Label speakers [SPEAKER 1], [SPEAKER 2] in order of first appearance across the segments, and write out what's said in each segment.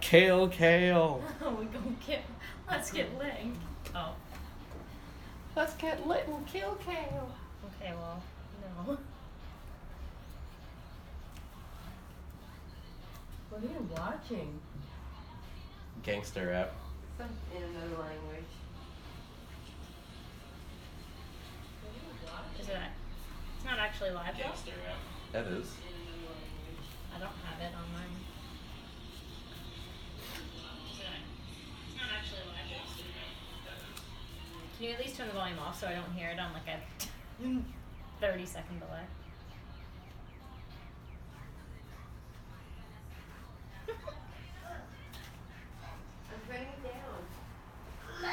[SPEAKER 1] Kale, kale.
[SPEAKER 2] Oh, we go kill. Let's get lit. and- Oh,
[SPEAKER 3] Let's get lit and kill Kale.
[SPEAKER 2] okay. Well, no.
[SPEAKER 3] What are you watching?
[SPEAKER 1] Gangster rap.
[SPEAKER 3] Some in another language.
[SPEAKER 2] Is it? It's not actually live though.
[SPEAKER 1] rap. That is.
[SPEAKER 2] I don't have it on mine. Is it? It's not actually live. Can you at least turn the volume off so I don't hear it on like a thirty second delay?
[SPEAKER 3] I'm putting it down.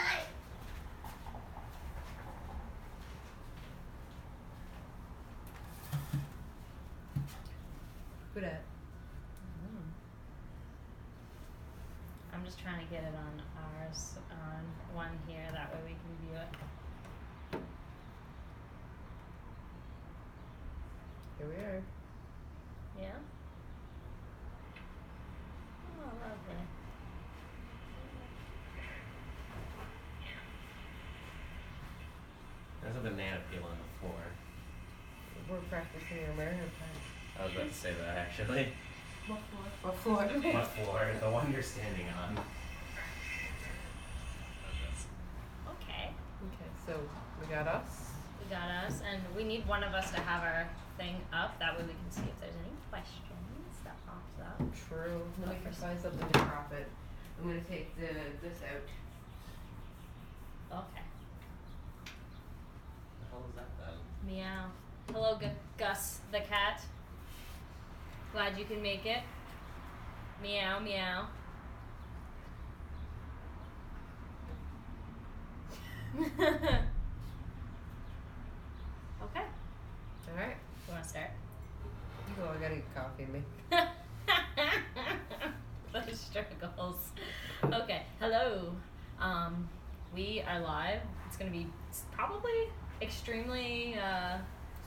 [SPEAKER 4] Who dat?
[SPEAKER 2] Hmm. I'm just trying to get it on ours, on one here, that way we can view it.
[SPEAKER 4] Here we are.
[SPEAKER 2] Yeah? Oh, lovely.
[SPEAKER 1] There's a banana peel on the floor.
[SPEAKER 4] We're practicing our American plan.
[SPEAKER 1] I was about to say that actually.
[SPEAKER 3] What for?
[SPEAKER 4] What floor?
[SPEAKER 1] what floor? The one you're standing on.
[SPEAKER 2] Okay,
[SPEAKER 4] okay, so we got us.
[SPEAKER 2] we got us, and we need one of us to have our thing up, that way we can see if there's any questions that pops up.
[SPEAKER 4] True.
[SPEAKER 3] Let me first find something to crop it. I'm gonna take the this out.
[SPEAKER 2] Okay.
[SPEAKER 1] The hell is that then?
[SPEAKER 2] Meow. Hello, G- Gus the cat. Glad you can make it. Meow, meow. okay.
[SPEAKER 4] All right.
[SPEAKER 2] You want to start?
[SPEAKER 4] Oh, I gotta get coffee. Me.
[SPEAKER 2] the struggles. Okay. Hello. Um, we are live. It's going to be s- probably extremely. Uh,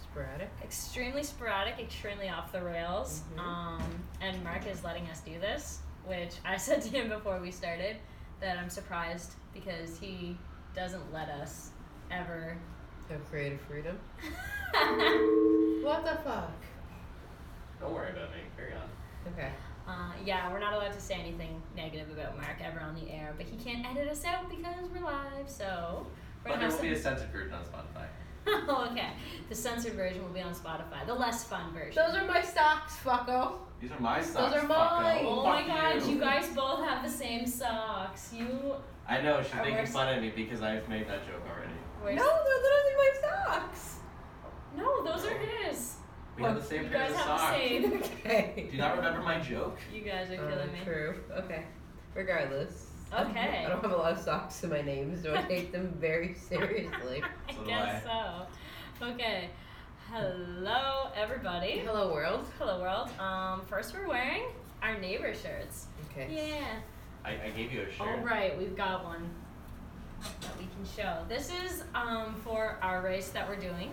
[SPEAKER 4] Sporadic.
[SPEAKER 2] extremely sporadic, extremely off the rails.
[SPEAKER 4] Mhm.
[SPEAKER 2] Um, and Mark is letting us do this, which I said to him before we started that I'm surprised because he doesn't let us ever.
[SPEAKER 4] Have creative freedom. What the fuck?
[SPEAKER 1] Don't worry about me. Carry on.
[SPEAKER 4] Okay.
[SPEAKER 2] uh, yeah, we're not allowed to say anything negative about Mark ever on the air, but he can't edit us out because we're live, so. we're
[SPEAKER 1] But
[SPEAKER 2] gonna
[SPEAKER 1] there
[SPEAKER 2] have
[SPEAKER 1] will be a
[SPEAKER 2] some-
[SPEAKER 1] censored version on Spotify.
[SPEAKER 2] oh, okay. The censored version will be on Spotify. The less fun version.
[SPEAKER 4] Those are my socks, fucko.
[SPEAKER 1] These are my socks.
[SPEAKER 4] are
[SPEAKER 1] fucko.
[SPEAKER 4] mine.
[SPEAKER 2] Oh
[SPEAKER 1] Fuck
[SPEAKER 2] my god, you guys both have the same socks. You
[SPEAKER 1] I know she's
[SPEAKER 2] Are
[SPEAKER 1] making
[SPEAKER 2] worse.
[SPEAKER 1] fun of me because I've made that joke already.
[SPEAKER 2] were
[SPEAKER 4] No, they're literally my socks.
[SPEAKER 2] No, those are his.
[SPEAKER 1] We have the same
[SPEAKER 2] you
[SPEAKER 1] pair
[SPEAKER 2] guys
[SPEAKER 1] of
[SPEAKER 2] have
[SPEAKER 1] socks.
[SPEAKER 2] the same.
[SPEAKER 4] Okay.
[SPEAKER 1] Do you not remember my joke?
[SPEAKER 2] You guys are
[SPEAKER 4] Uh,
[SPEAKER 2] killing me.
[SPEAKER 4] True. Okay. Regardless.
[SPEAKER 2] Okay.
[SPEAKER 4] I don't have a lot of socks in my name, so I take them very seriously.
[SPEAKER 2] I
[SPEAKER 1] So do
[SPEAKER 2] guess so. Okay. Hello, everybody.
[SPEAKER 4] Hello, world.
[SPEAKER 2] Hello, world. Um, first we're wearing our neighbor shirts.
[SPEAKER 4] Okay.
[SPEAKER 2] Yeah.
[SPEAKER 1] I, I gave you a shirt.
[SPEAKER 2] All Oh, right, we've got one that we can show. This is um for our race that we're doing.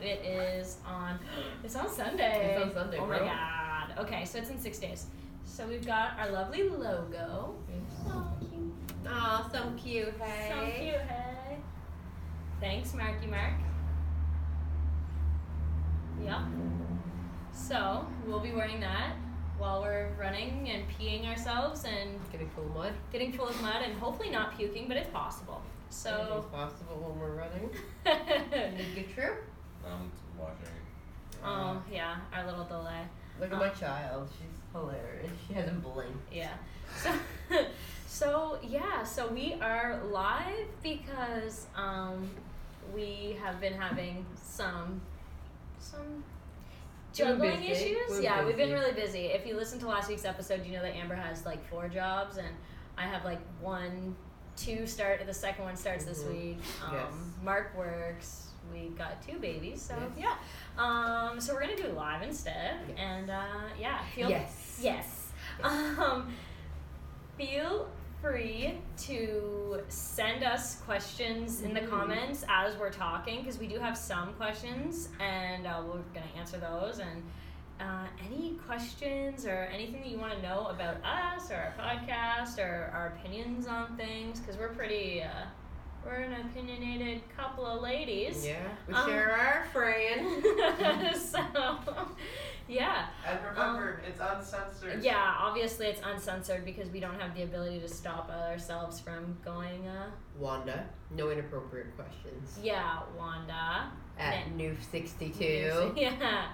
[SPEAKER 2] It is on. It's on Sunday.
[SPEAKER 4] It's on Sunday,
[SPEAKER 2] Oh my
[SPEAKER 4] bro.
[SPEAKER 2] god. Okay, so it's in six days. So we've got our lovely logo. Oh, cute.
[SPEAKER 3] Aw, so cute, hey.
[SPEAKER 2] So cute, hey. Thanks, Marky Mark. Yep. So we'll be wearing that while we're running and peeing ourselves and
[SPEAKER 4] Getting full of mud.
[SPEAKER 2] getting full of mud and hopefully not puking, but it's possible. So
[SPEAKER 4] Anything's possible when we're running.
[SPEAKER 3] Think it true?
[SPEAKER 1] Um, watching.
[SPEAKER 2] Oh yeah, our little delay.
[SPEAKER 4] Uh, Look at
[SPEAKER 2] uh,
[SPEAKER 4] my child. She's hilarious. She hasn't blinked.
[SPEAKER 2] Yeah. So, so yeah, so we are live because um, we have been having some some
[SPEAKER 4] We've been
[SPEAKER 2] juggling
[SPEAKER 4] busy.
[SPEAKER 2] issues.
[SPEAKER 4] We're
[SPEAKER 2] yeah, we've been
[SPEAKER 4] busy.
[SPEAKER 2] really busy. If you listen to last week's episode, you know that Amber has like four jobs, and I have like one, two start. The second one starts this
[SPEAKER 4] Mhm.
[SPEAKER 2] week. Um,
[SPEAKER 4] Yes.
[SPEAKER 2] Mark works. We've got two babies, so
[SPEAKER 4] Yes.
[SPEAKER 2] yeah. Um, so we're gonna do live instead,
[SPEAKER 4] Yes.
[SPEAKER 2] and uh, yeah, feel
[SPEAKER 4] Yes.
[SPEAKER 2] Yes. Um, feel free to send us questions in the
[SPEAKER 4] Mhm.
[SPEAKER 2] comments as we're talking because we do have some questions and uh, we're going to answer those and uh, any questions or anything that you want to know about us or our podcast or our opinions on things, because we're pretty, uh, we're an opinionated couple of ladies.
[SPEAKER 4] Yeah, we
[SPEAKER 2] Um,
[SPEAKER 4] sure are, Fran.
[SPEAKER 2] so, yeah.
[SPEAKER 3] And
[SPEAKER 4] Um,
[SPEAKER 3] remember, it's uncensored.
[SPEAKER 2] Yeah, obviously it's uncensored because we don't have the ability to stop ourselves from going, uh,
[SPEAKER 4] Wanda, no inappropriate questions.
[SPEAKER 2] yeah, Wanda.
[SPEAKER 4] At Noof62.
[SPEAKER 2] Yeah.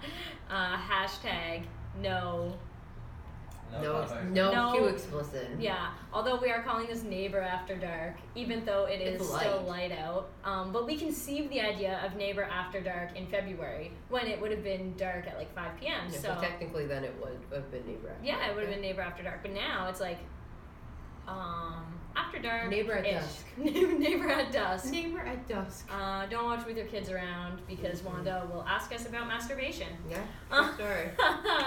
[SPEAKER 2] Uh, hashtag no.
[SPEAKER 4] No,
[SPEAKER 1] topic.
[SPEAKER 4] no,
[SPEAKER 2] No.
[SPEAKER 4] too explicit.
[SPEAKER 2] Yeah. Although we are calling this neighbor after dark, even though it is
[SPEAKER 4] It's
[SPEAKER 2] still
[SPEAKER 4] light.
[SPEAKER 2] light out. Um, but we conceived the idea of neighbor after dark in February when it would have been dark at like 5 p.m.
[SPEAKER 4] Yeah,
[SPEAKER 2] so
[SPEAKER 4] so technically, then it would have been neighbor. After
[SPEAKER 2] yeah, it would have
[SPEAKER 4] Dark.
[SPEAKER 2] been neighbor after dark. But now it's like um, after dark.
[SPEAKER 4] Neighbor at
[SPEAKER 2] ish.
[SPEAKER 4] dusk.
[SPEAKER 2] neighbor at dusk.
[SPEAKER 4] neighbor at dusk.
[SPEAKER 2] Uh, don't watch with your kids around because Wanda will ask us about masturbation.
[SPEAKER 4] Yeah,
[SPEAKER 2] Uh,
[SPEAKER 4] Mm-hmm. sure.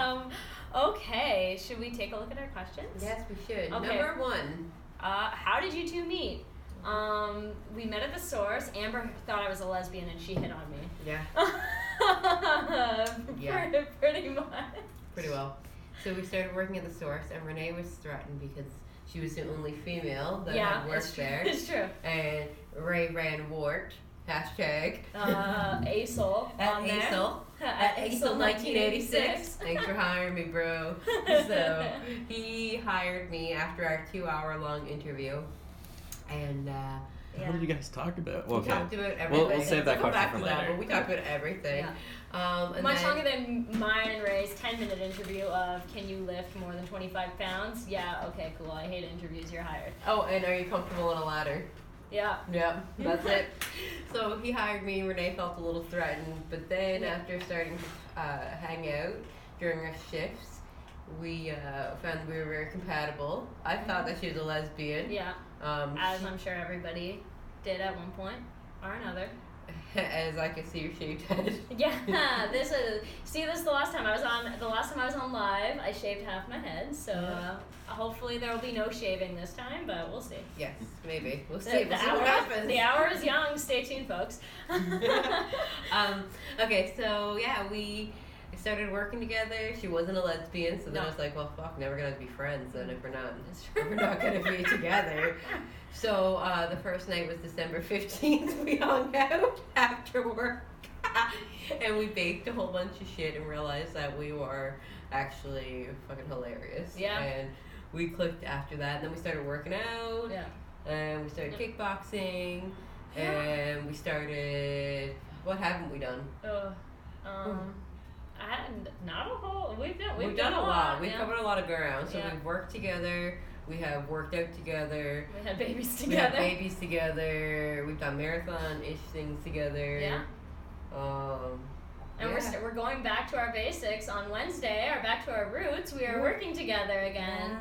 [SPEAKER 2] um, okay, should we take a look at our questions?
[SPEAKER 4] Yes, we
[SPEAKER 2] Okay.
[SPEAKER 4] should. Number one.
[SPEAKER 2] Uh, how did you two meet?
[SPEAKER 4] Mm-hmm.
[SPEAKER 2] Um, we met at the source. Amber thought I was a lesbian and she hit on me.
[SPEAKER 4] Yeah, Yeah.
[SPEAKER 2] pretty, pretty much.
[SPEAKER 4] pretty well. So we started working at the source, and Renee was threatened because she was the only female that
[SPEAKER 2] yeah,
[SPEAKER 4] had
[SPEAKER 2] it's
[SPEAKER 4] worked
[SPEAKER 2] true.
[SPEAKER 4] there.
[SPEAKER 2] It's true.
[SPEAKER 4] And Ray ran wart. Hashtag.
[SPEAKER 2] Uh, ASOL.
[SPEAKER 4] at
[SPEAKER 2] on there.
[SPEAKER 4] ASIL. At ASIL 1986. Thanks for hiring me, bro. so he hired me after our two hour long interview. And uh,
[SPEAKER 2] Yeah.
[SPEAKER 5] What did you guys talk about? Well,
[SPEAKER 4] we
[SPEAKER 5] okay.
[SPEAKER 4] talking talked about everything.
[SPEAKER 5] We'll- we'll save that
[SPEAKER 4] We'll come
[SPEAKER 5] question
[SPEAKER 4] back
[SPEAKER 5] for
[SPEAKER 4] to that,
[SPEAKER 5] later.
[SPEAKER 4] but we talked about everything. Um, and
[SPEAKER 2] Much
[SPEAKER 4] then,
[SPEAKER 2] longer than mine and Ray's 10 minute interview of can you lift more than 25 pounds? Yeah, okay, cool. I hate interviews. You're hired.
[SPEAKER 4] Oh, and are you comfortable on a ladder?
[SPEAKER 2] Yeah.
[SPEAKER 4] Yep, that's it. So he hired me. Renee felt a little threatened, but then
[SPEAKER 2] Yeah.
[SPEAKER 4] after starting to uh, hang out during our shifts, we uh, found we were very compatible. I thought that she was a lesbian.
[SPEAKER 2] Yeah.
[SPEAKER 4] Um,
[SPEAKER 2] As I'm sure everybody did at one point or another.
[SPEAKER 4] as I could see, she did.
[SPEAKER 2] Yeah, this is. See, this is the last time I was on. The last time I was on live, I shaved half my head. So uh, hopefully there will be no shaving this time, but we'll see.
[SPEAKER 4] Yes, maybe we'll
[SPEAKER 2] The-
[SPEAKER 4] see.
[SPEAKER 2] the
[SPEAKER 4] We'll see
[SPEAKER 2] hour,
[SPEAKER 4] what happens.
[SPEAKER 2] The hour is young. Stay tuned, folks.
[SPEAKER 4] um, okay, so yeah, we started working together. She wasn't a lesbian, so then I
[SPEAKER 2] No.
[SPEAKER 4] was like, well, fuck, now we're gonna be friends then if we're not.
[SPEAKER 2] It's true.
[SPEAKER 4] if We're not gonna be together. So uh, the first night was December fifteenth. We hung out after work, and we baked a whole bunch of shit and realized that we were actually fucking hilarious.
[SPEAKER 2] Yeah.
[SPEAKER 4] And we clicked after that, and then we started working out,
[SPEAKER 2] Yeah.
[SPEAKER 4] and we started
[SPEAKER 2] Yeah.
[SPEAKER 4] kickboxing,
[SPEAKER 2] Yeah.
[SPEAKER 4] and we started. What haven't we done?
[SPEAKER 2] Uh, um, I, not a whole. We've done.
[SPEAKER 4] We've,
[SPEAKER 2] We've,
[SPEAKER 4] done, a lot. We've
[SPEAKER 2] yeah.
[SPEAKER 4] covered a lot of ground. So
[SPEAKER 2] Yeah.
[SPEAKER 4] we've worked together. We have worked out together.
[SPEAKER 2] We had babies
[SPEAKER 4] We have
[SPEAKER 2] together.
[SPEAKER 4] babies together. We've done marathon ish things together.
[SPEAKER 2] Yeah.
[SPEAKER 4] Um,
[SPEAKER 2] And we're,
[SPEAKER 4] Yeah.
[SPEAKER 2] st- we're going back to our basics on Wednesday, or back to our roots. We are
[SPEAKER 4] Yeah.
[SPEAKER 2] working together again.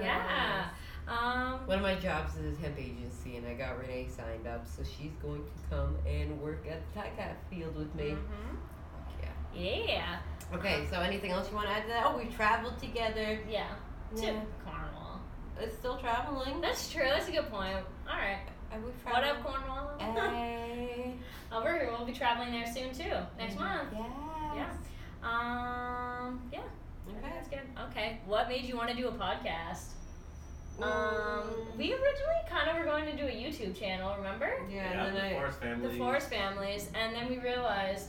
[SPEAKER 2] Yeah.
[SPEAKER 4] yes.
[SPEAKER 2] Um,
[SPEAKER 4] One of my jobs is a temp agency, and I got Renee signed up, so she's going to come and work at the tie cat field with me.
[SPEAKER 2] mhm.
[SPEAKER 4] Yeah.
[SPEAKER 2] Yeah.
[SPEAKER 4] Okay, so anything else you want to add to that? Oh, we traveled together.
[SPEAKER 2] Yeah.
[SPEAKER 4] Yeah.
[SPEAKER 2] To Cornwall.
[SPEAKER 4] It's still traveling.
[SPEAKER 2] That's true. That's a good point. All right.
[SPEAKER 4] Are we
[SPEAKER 2] What
[SPEAKER 4] traveling?
[SPEAKER 2] up, Cornwall?
[SPEAKER 4] Hey. Mm-hmm.
[SPEAKER 2] Uh, we're, we'll be traveling there soon too. Next month.
[SPEAKER 4] Yes.
[SPEAKER 2] Um. Yeah.
[SPEAKER 4] Okay.
[SPEAKER 2] That's good. Okay. What made you want to do a podcast? Um. We originally kind of were going to do a YouTube channel. Remember?
[SPEAKER 4] yeah, and
[SPEAKER 1] the
[SPEAKER 4] then I,
[SPEAKER 1] Forest family.
[SPEAKER 2] The Forest Families, and then we realized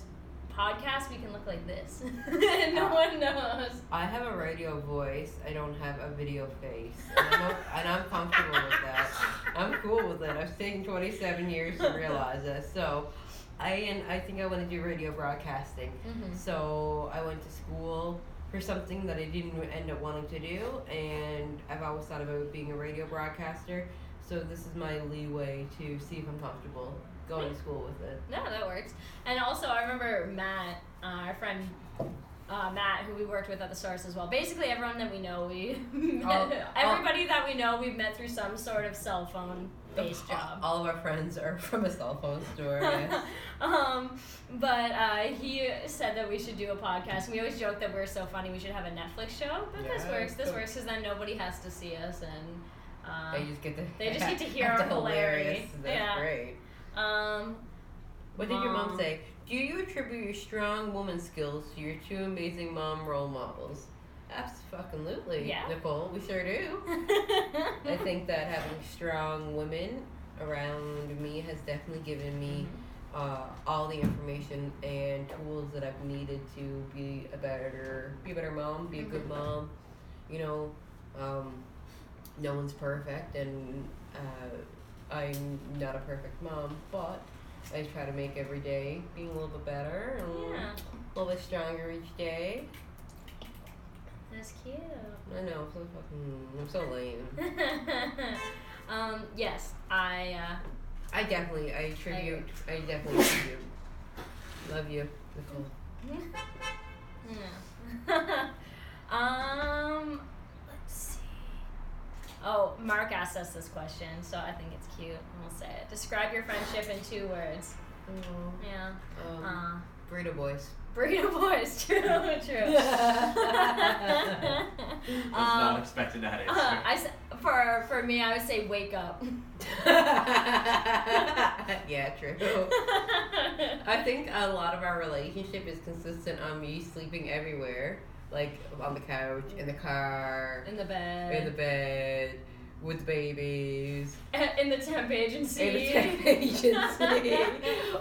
[SPEAKER 2] podcasts we can look like this. no one knows.
[SPEAKER 4] I have a radio voice. I don't have a video face, and I'm, o- and I'm comfortable with that. I'm cool with it. I've taken 27 years to realize this. So, I and I think I want to do radio broadcasting.
[SPEAKER 2] Mhm.
[SPEAKER 4] So I went to school for something that I didn't end up wanting to do, and I've always thought about being a radio broadcaster. So this is my leeway to see if I'm comfortable going to school with it.
[SPEAKER 2] No, that works. And also, I remember Matt, uh, our friend uh, Matt, who we worked with at the source as well. Basically, everyone that we know, we
[SPEAKER 4] Oh, All-
[SPEAKER 2] everybody that we know, we've met through some sort of cell phone based
[SPEAKER 4] Oh,
[SPEAKER 2] job.
[SPEAKER 4] All of our friends are from a cell phone store. yes.
[SPEAKER 2] um, but uh, he said that we should do a podcast. We always joke that we're so funny. We should have a Netflix show, but this
[SPEAKER 4] Yeah,
[SPEAKER 2] works. This
[SPEAKER 4] so-
[SPEAKER 2] works because then nobody has to see us, and uh,
[SPEAKER 4] They just get to.
[SPEAKER 2] They just get to hear
[SPEAKER 4] That's
[SPEAKER 2] our hilarity.
[SPEAKER 4] That's
[SPEAKER 2] Yeah.
[SPEAKER 4] great.
[SPEAKER 2] um,
[SPEAKER 4] What did your mom
[SPEAKER 2] Mom.
[SPEAKER 4] say? Do you attribute your strong woman skills to your two amazing mom role models? Absolutely,
[SPEAKER 2] Yeah.
[SPEAKER 4] Nicole. We sure do. I think that having strong women around me has definitely given me uh, all the information and tools that I've needed to be a better be a better mom, be a good
[SPEAKER 2] Mhm.
[SPEAKER 4] mom. You know, um, no one's perfect, and uh, I'm not a perfect mom, but I try to make every day being a little bit better and
[SPEAKER 2] yeah,
[SPEAKER 4] a little bit stronger each day.
[SPEAKER 2] that's
[SPEAKER 4] I know, I'm so fucking, I'm so lame.
[SPEAKER 2] cute. um, yes, I. Uh,
[SPEAKER 4] I definitely, I attribute, I, definitely attribute. Love you, Nicole.
[SPEAKER 2] Yeah. um, let's see. Oh, Mark asked us this question, so I think it's cute, and we'll say it. Describe your friendship in two words. Yeah.
[SPEAKER 4] Um,
[SPEAKER 2] Uh,
[SPEAKER 4] burrito boys.
[SPEAKER 2] burrito boys. True. True.
[SPEAKER 4] That's
[SPEAKER 1] I was not
[SPEAKER 2] um,
[SPEAKER 1] expecting that answer.
[SPEAKER 2] uh, I s- for for me, I would say wake up.
[SPEAKER 4] yeah, true. I
[SPEAKER 2] I
[SPEAKER 4] think a lot of our relationship is consistent on me sleeping everywhere, like on the couch, in the car,
[SPEAKER 2] in the bed.
[SPEAKER 4] in the bed, with the babies,
[SPEAKER 2] in the temp agency.
[SPEAKER 4] in the temp agency,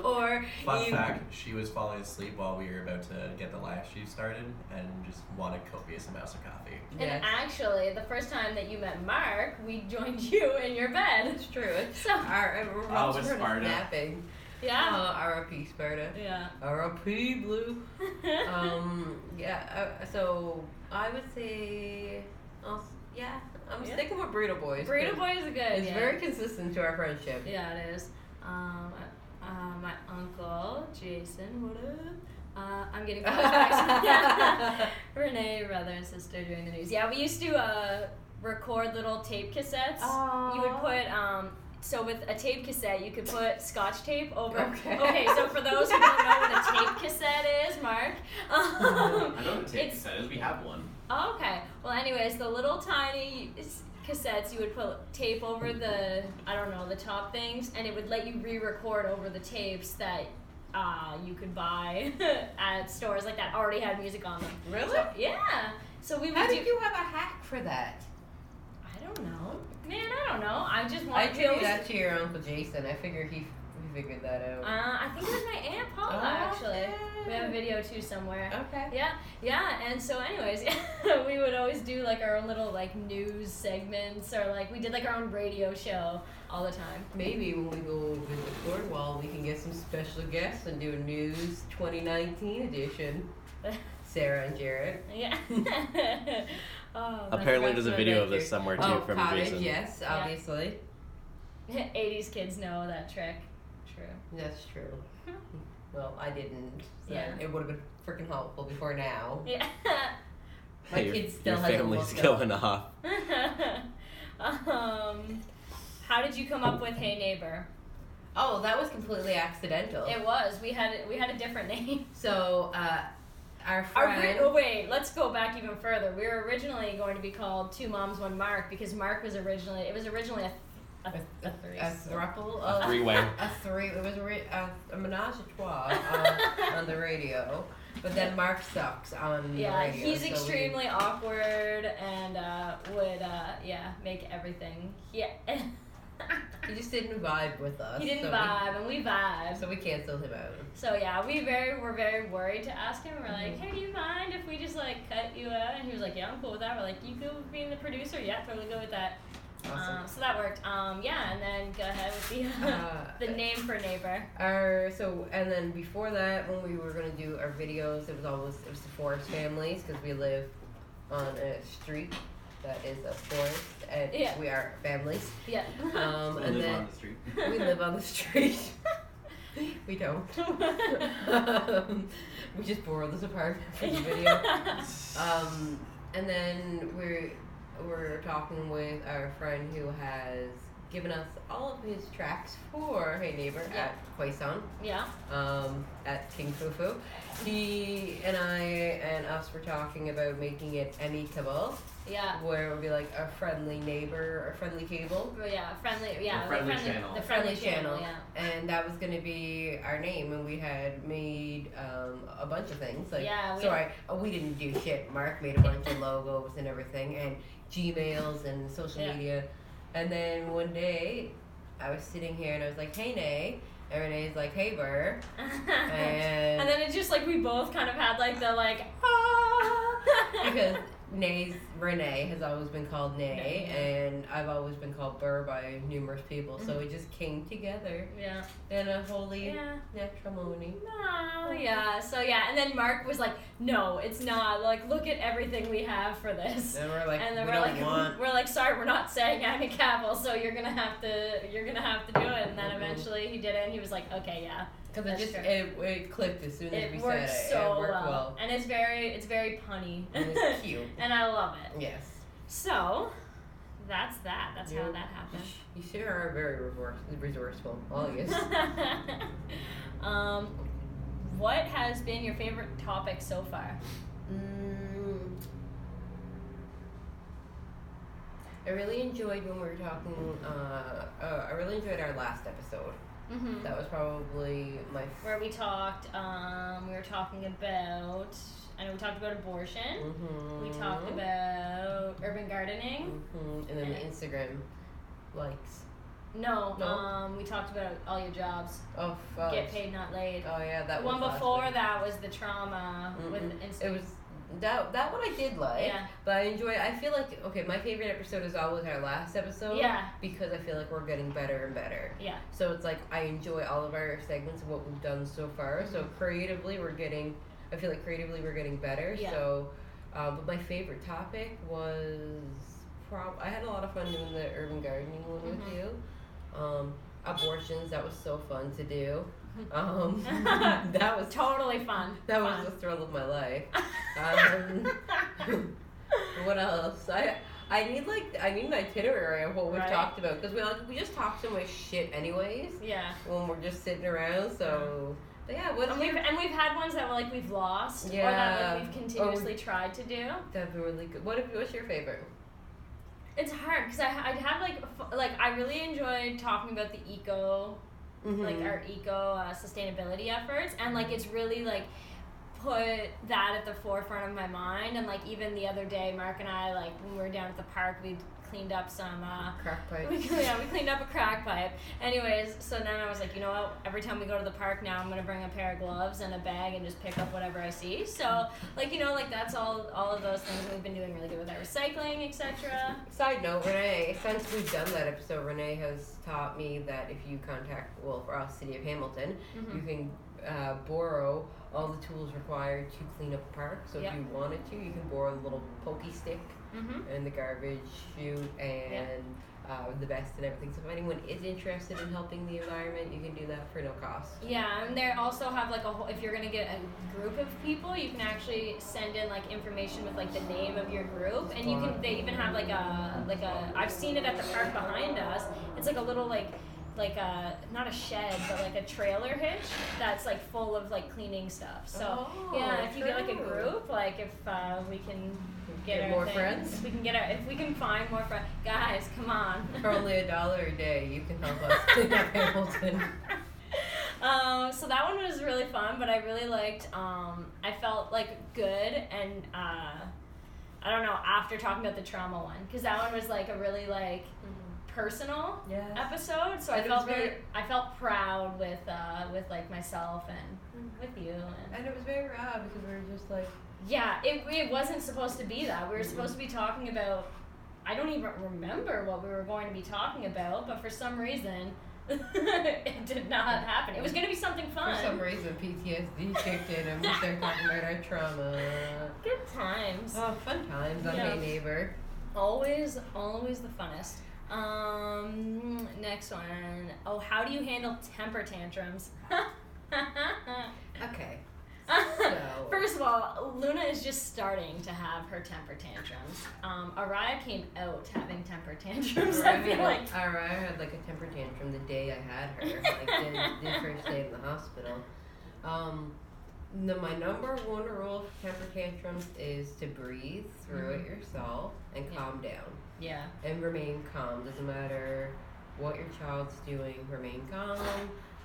[SPEAKER 4] or
[SPEAKER 1] Fun
[SPEAKER 4] you-
[SPEAKER 1] fact: She was falling asleep while we were about to get the live stream started, and just wanted copious amounts of coffee.
[SPEAKER 2] And
[SPEAKER 4] Yes,
[SPEAKER 2] actually, the first time that you met Mark, we joined you in your bed.
[SPEAKER 4] that's true. It's
[SPEAKER 2] So
[SPEAKER 4] our we're
[SPEAKER 1] Oh, with
[SPEAKER 4] sort of
[SPEAKER 1] Sparta.
[SPEAKER 4] napping.
[SPEAKER 2] yeah,
[SPEAKER 4] Oh, R.I.P. Sparta.
[SPEAKER 2] yeah.
[SPEAKER 4] R.I.P. Blue. um yeah uh, so i would say I'll, yeah i'm
[SPEAKER 2] Yeah.
[SPEAKER 4] sticking with burrito boys
[SPEAKER 2] Burrito
[SPEAKER 4] 'cause
[SPEAKER 2] Boy is good.
[SPEAKER 4] it's
[SPEAKER 2] yeah.
[SPEAKER 4] very consistent to our friendship
[SPEAKER 2] Yeah, it is. Um, uh, my uncle Jason, what up? Uh, I'm getting flashbacks. Renee, brother and sister doing the news. Yeah, we used to uh, record little tape cassettes.
[SPEAKER 4] Oh,
[SPEAKER 2] You would put um so with a tape cassette you could put scotch tape over
[SPEAKER 4] Okay.
[SPEAKER 2] so for those who don't know what a tape cassette is, Mark. Um,
[SPEAKER 1] I know what the tape
[SPEAKER 2] It's-
[SPEAKER 1] says. We have one.
[SPEAKER 2] oh, okay. Well anyways, the little tiny s- cassettes you would put tape over the I don't know, the top things and it would let you re-record over the tapes that uh, you could buy at stores like that already had music on them.
[SPEAKER 4] really
[SPEAKER 2] So, yeah. So we would
[SPEAKER 4] how
[SPEAKER 2] do
[SPEAKER 4] did you have a hack for that
[SPEAKER 2] I don't know. Man, I don't know. I just
[SPEAKER 4] i
[SPEAKER 2] wanted to
[SPEAKER 4] attribute
[SPEAKER 2] always
[SPEAKER 4] that to your uncle jason i figure he, he figured that
[SPEAKER 2] Uh,
[SPEAKER 4] out
[SPEAKER 2] I think it was my aunt Paula actually. We have a video too somewhere.
[SPEAKER 4] okay
[SPEAKER 2] Yeah, yeah. And so, anyways, yeah, we would always do like our own little like news segments or like we did like our own radio show all the time.
[SPEAKER 4] Maybe when we go visit Cornwall, we can get some special guests and do a news 2019 edition. Sarah and Jared.
[SPEAKER 2] Yeah. oh, that's
[SPEAKER 5] Apparently,
[SPEAKER 4] right,
[SPEAKER 5] there's
[SPEAKER 4] so
[SPEAKER 5] a video
[SPEAKER 4] that
[SPEAKER 5] of this
[SPEAKER 4] you-
[SPEAKER 5] somewhere too
[SPEAKER 4] Oh,
[SPEAKER 5] from
[SPEAKER 4] cottage,
[SPEAKER 5] Jason.
[SPEAKER 4] yes,
[SPEAKER 2] Yeah.
[SPEAKER 4] obviously.
[SPEAKER 2] 80s kids know that trick. True.
[SPEAKER 4] That's true. Well, I didn't. So
[SPEAKER 2] Yeah.
[SPEAKER 4] It would have been freaking helpful before now.
[SPEAKER 2] Yeah.
[SPEAKER 4] My
[SPEAKER 5] your,
[SPEAKER 4] kid still
[SPEAKER 5] your
[SPEAKER 4] hasn't
[SPEAKER 5] family's
[SPEAKER 4] woke up.
[SPEAKER 5] going off.
[SPEAKER 2] um, how did you come up with Hey Neighbor?
[SPEAKER 4] Oh, that was completely accidental.
[SPEAKER 2] It was. We had we had a different name.
[SPEAKER 4] so, uh, our
[SPEAKER 2] Our ri-
[SPEAKER 4] friend.
[SPEAKER 2] oh wait, let's go back even further. We were originally going to be called Two Moms One Mark because Mark was originally it was originally a
[SPEAKER 4] a, a, a
[SPEAKER 2] threesome.
[SPEAKER 4] thruple
[SPEAKER 5] A
[SPEAKER 4] of-
[SPEAKER 5] three-way.
[SPEAKER 4] A three. It was a, re- a, a menage a trois on, on the radio. But then Mark sucks on the
[SPEAKER 2] yeah.
[SPEAKER 4] radio.
[SPEAKER 2] He's
[SPEAKER 4] so we-
[SPEAKER 2] extremely awkward and uh, would uh, yeah make everything. Yeah,
[SPEAKER 4] he just didn't vibe with us.
[SPEAKER 2] he didn't
[SPEAKER 4] so
[SPEAKER 2] vibe and we
[SPEAKER 4] We,
[SPEAKER 2] vibed.
[SPEAKER 4] so we canceled him out.
[SPEAKER 2] So yeah, we very were very worried to ask him. We're like,
[SPEAKER 4] Mm-hmm.
[SPEAKER 2] hey, do you mind if we just like cut you out? And he was like, yeah, I'm cool with that. We're like, you cool with being the producer? Yeah, totally go with that.
[SPEAKER 4] Awesome.
[SPEAKER 2] Um, so that worked. Um, yeah, and then go ahead with the
[SPEAKER 4] Uh,
[SPEAKER 2] the name for neighbor.
[SPEAKER 4] Our so and then before that, when we were gonna do our videos, it was always it was the forest families because we live on a street that is a forest, and
[SPEAKER 2] Yeah.
[SPEAKER 4] we are families.
[SPEAKER 2] Yeah.
[SPEAKER 4] Um,
[SPEAKER 1] I
[SPEAKER 4] and
[SPEAKER 1] live
[SPEAKER 4] then
[SPEAKER 1] on the street.
[SPEAKER 4] we live on the street. we don't. um, we just borrowed this apartment for the video. Um, and then we're we're talking with our friend who has given us all of his tracks for Hey Neighbor
[SPEAKER 2] Yeah.
[SPEAKER 4] at Quaison,
[SPEAKER 2] Yeah.
[SPEAKER 4] um, at King Fufu. He and I and us were talking about making it amicable,
[SPEAKER 2] Yeah.
[SPEAKER 4] where it would be like a friendly neighbor, a friendly cable.
[SPEAKER 2] Well, Oh, yeah. Friendly. Yeah.
[SPEAKER 1] The
[SPEAKER 2] like
[SPEAKER 1] friendly channel.
[SPEAKER 2] The friendly,
[SPEAKER 4] Friendly
[SPEAKER 2] channel.
[SPEAKER 4] channel. And that was going to be our name, and we had made um, a bunch of things. Like,
[SPEAKER 2] Yeah, we-
[SPEAKER 4] sorry, uh, we didn't do shit. Mark made a bunch of logos and everything, and Gmails and social
[SPEAKER 2] Yeah.
[SPEAKER 4] media. And then one day, I was sitting here and I was like, "Hey, Nay," and Renee's like, "Hey, Burr,"
[SPEAKER 2] Yeah.
[SPEAKER 4] and,
[SPEAKER 2] and then it's just like we both kind of had like the like ah
[SPEAKER 4] because Nay's Renee has always been called Nay,
[SPEAKER 2] Nay, yeah.
[SPEAKER 4] and I've always been called Burr by numerous people, so it just came together
[SPEAKER 2] yeah
[SPEAKER 4] in a holy
[SPEAKER 2] Mm-hmm. yeah
[SPEAKER 4] matrimony.
[SPEAKER 2] no yeah so yeah and then Mark was like no it's not like look at everything we have for this
[SPEAKER 4] And we're like,
[SPEAKER 2] and then
[SPEAKER 4] we
[SPEAKER 2] we're
[SPEAKER 4] don't
[SPEAKER 2] like
[SPEAKER 4] want.
[SPEAKER 2] we're like sorry we're not saying amicable so you're gonna have to you're gonna have to do it and then
[SPEAKER 4] Mhm.
[SPEAKER 2] eventually he did it and he was like okay yeah
[SPEAKER 4] Because it
[SPEAKER 2] That's
[SPEAKER 4] just
[SPEAKER 2] true.
[SPEAKER 4] it, it clicked as soon as we
[SPEAKER 2] it
[SPEAKER 4] said
[SPEAKER 2] works
[SPEAKER 4] it.
[SPEAKER 2] so
[SPEAKER 4] it worked
[SPEAKER 2] well.
[SPEAKER 4] well.
[SPEAKER 2] and it's very it's very punny
[SPEAKER 4] And it's cute.
[SPEAKER 2] and I love it
[SPEAKER 4] yes.
[SPEAKER 2] so that's that that's how
[SPEAKER 4] Yeah.
[SPEAKER 2] that happened.
[SPEAKER 4] You sure are very resource, resourceful. Mm. All of you.
[SPEAKER 2] um, what has been your favorite topic so far?
[SPEAKER 4] Mm. I really enjoyed when we were talking. Uh, uh, I really enjoyed our last episode.
[SPEAKER 2] Mm-hmm.
[SPEAKER 4] That was probably my.
[SPEAKER 2] Where we talked, um, we were talking about, I know we talked about abortion.
[SPEAKER 4] Mm-hmm.
[SPEAKER 2] We talked about urban gardening.
[SPEAKER 4] hmm And then the Instagram likes.
[SPEAKER 2] No,
[SPEAKER 4] No.
[SPEAKER 2] um, we talked about all your jobs.
[SPEAKER 4] Oh fuck.
[SPEAKER 2] Get paid, not laid.
[SPEAKER 4] Oh yeah, that
[SPEAKER 2] the one
[SPEAKER 4] was last
[SPEAKER 2] before
[SPEAKER 4] week.
[SPEAKER 2] that was the trauma with
[SPEAKER 4] Mhm.
[SPEAKER 2] Insta-
[SPEAKER 4] It was that that one I did like.
[SPEAKER 2] yeah,
[SPEAKER 4] But I enjoy. I feel like okay. My favorite episode is always our last episode.
[SPEAKER 2] yeah,
[SPEAKER 4] Because I feel like we're getting better and better.
[SPEAKER 2] Yeah.
[SPEAKER 4] So it's like I enjoy all of our segments of what we've done so far. So
[SPEAKER 2] Mm-hmm.
[SPEAKER 4] creatively, we're getting. I feel like creatively we're getting better.
[SPEAKER 2] Yeah.
[SPEAKER 4] So, uh, but my favorite topic was prob. I had a lot of fun doing the urban gardening one with
[SPEAKER 2] Mhm.
[SPEAKER 4] you. Um, abortions. That was so fun to do. Um, that was
[SPEAKER 2] totally fun.
[SPEAKER 4] that was
[SPEAKER 2] fun.
[SPEAKER 4] the thrill of my life. Um, What else? I I need like I need an itinerary of what we've
[SPEAKER 2] Right.
[SPEAKER 4] talked about because we all, we just talk so much shit anyways
[SPEAKER 2] yeah.
[SPEAKER 4] when we're just sitting around. So but yeah, what's
[SPEAKER 2] And we've,
[SPEAKER 4] your,
[SPEAKER 2] and we've had ones that were like we've lost or that like
[SPEAKER 4] Yeah. Oh.
[SPEAKER 2] we've continuously tried to do.
[SPEAKER 4] that'd be really good. What if what's your favorite?
[SPEAKER 2] It's hard because I I'd have like f- like I really enjoyed talking about the eco
[SPEAKER 4] Mm-hmm.
[SPEAKER 2] like our eco uh, sustainability efforts and like it's really like put that at the forefront of my mind and like even the other day Mark and I like when we were down at the park we cleaned up some uh,
[SPEAKER 4] crack pipe.
[SPEAKER 2] We, yeah, we cleaned up a crack pipe. Anyways, so then I was like, you know what? Every time we go to the park now, I'm gonna bring a pair of gloves and a bag and just pick up whatever I see. So, like, you know, like that's all all of those things we've been doing really good with our recycling, etc.
[SPEAKER 4] Side note, Renee, since we've done that episode, Renee has taught me that if you contact, well, for us, City of Hamilton,
[SPEAKER 2] Mm-hmm.
[SPEAKER 4] you can uh, borrow all the tools required to clean up a park. So
[SPEAKER 2] Yeah.
[SPEAKER 4] if you wanted to, you can borrow the little pokey stick
[SPEAKER 2] Mm-hmm.
[SPEAKER 4] and the garbage chute and uh, the best and everything. So if anyone is interested in helping the environment, you can do that for no cost.
[SPEAKER 2] Yeah, and they also have like a whole. If you're gonna get a group of people, you can actually send in like information with like the name of your group, and you can. They even have like a like a. I've seen it at the park behind us. It's like a little like like a not a shed, but like a trailer hitch that's like full of like cleaning stuff. So
[SPEAKER 4] Oh,
[SPEAKER 2] yeah, if you get like a group, like if uh, we can get,
[SPEAKER 4] Get
[SPEAKER 2] our
[SPEAKER 4] more
[SPEAKER 2] things-
[SPEAKER 4] friends?
[SPEAKER 2] if we can get our if we can find more friends, guys, come on.
[SPEAKER 4] For only a dollar a day, you can help us clean up Hamilton.
[SPEAKER 2] Um, so that one was really fun, but I really liked. Um, I felt like good and uh, I don't know after talking about the trauma one because that one was like a really like personal
[SPEAKER 4] Yeah.
[SPEAKER 2] episode. So I
[SPEAKER 4] And Mm-hmm. it
[SPEAKER 2] felt
[SPEAKER 4] was very-
[SPEAKER 2] really, I felt proud with uh, with like myself and
[SPEAKER 4] Mm-hmm.
[SPEAKER 2] with you. And
[SPEAKER 4] And it was very raw because we were just like,
[SPEAKER 2] yeah, it it wasn't supposed to be that. We
[SPEAKER 4] Mm-hmm.
[SPEAKER 2] were supposed to be talking about. I don't even remember what we were going to be talking about, but for some reason. it did not happen. It was going to be something fun.
[SPEAKER 4] for some reason, PTSD kicked in and we started talking about our trauma.
[SPEAKER 2] Good times.
[SPEAKER 4] Oh, fun times on
[SPEAKER 2] Yeah.
[SPEAKER 4] Hey Neighbor.
[SPEAKER 2] Always, always the funnest. Um, next one. Oh, how do you handle temper tantrums?
[SPEAKER 4] Okay. So-
[SPEAKER 2] First of of all, Luna is just starting to have her temper tantrums. Um, Araya came out having temper tantrums. I feel like
[SPEAKER 4] I had like a temper tantrum the day I had her, like the, the first day in the hospital. Um, the, my number one rule for temper tantrums is to breathe through it yourself and
[SPEAKER 2] Mm-hmm. Yeah.
[SPEAKER 4] calm down
[SPEAKER 2] yeah,
[SPEAKER 4] and remain calm. Doesn't matter what your child's doing, remain calm.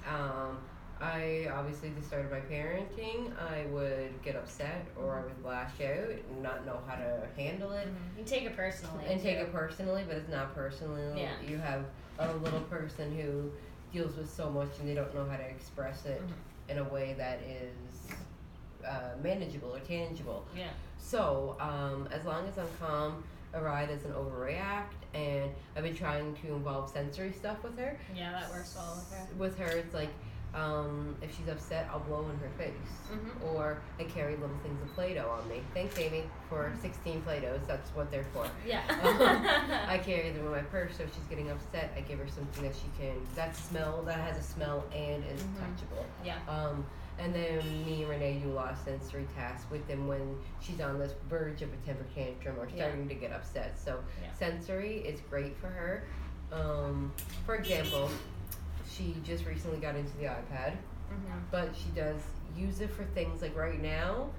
[SPEAKER 4] Um, I obviously just started my parenting. I would get upset or I would lash out and not know how to handle it
[SPEAKER 2] you take it personally
[SPEAKER 4] Mm-hmm. and take
[SPEAKER 2] too.
[SPEAKER 4] it personally, but it's not personally.
[SPEAKER 2] Yeah.
[SPEAKER 4] You have a little person who deals with so much and they don't know how to express it
[SPEAKER 2] Mhm.
[SPEAKER 4] in a way that is uh, manageable or tangible.
[SPEAKER 2] Yeah.
[SPEAKER 4] So, um, as long as I'm calm, Arai doesn't overreact, and I've been trying to involve sensory stuff with her.
[SPEAKER 2] Yeah, that works well with her.
[SPEAKER 4] With her, it's like um, if she's upset, I'll blow in her face.
[SPEAKER 2] Mhm.
[SPEAKER 4] Or I carry little things of Play Doh on me. Thanks, Amy, for
[SPEAKER 2] Mm-hmm.
[SPEAKER 4] 16 Play Dohs. That's what they're for.
[SPEAKER 2] Yeah.
[SPEAKER 4] I carry them in my purse, so if she's getting upset, I give her something that she can that smell that has a smell and is
[SPEAKER 2] Mhm.
[SPEAKER 4] touchable.
[SPEAKER 2] Yeah.
[SPEAKER 4] Um, and then me and Renee do a lot of sensory tasks with them when she's on this verge of a temper tantrum or
[SPEAKER 2] Yeah.
[SPEAKER 4] starting to get upset. So
[SPEAKER 2] Yeah.
[SPEAKER 4] sensory is great for her. Um, for example, she just recently got into the iPad
[SPEAKER 2] Mhm.
[SPEAKER 4] but she does use it for things like right now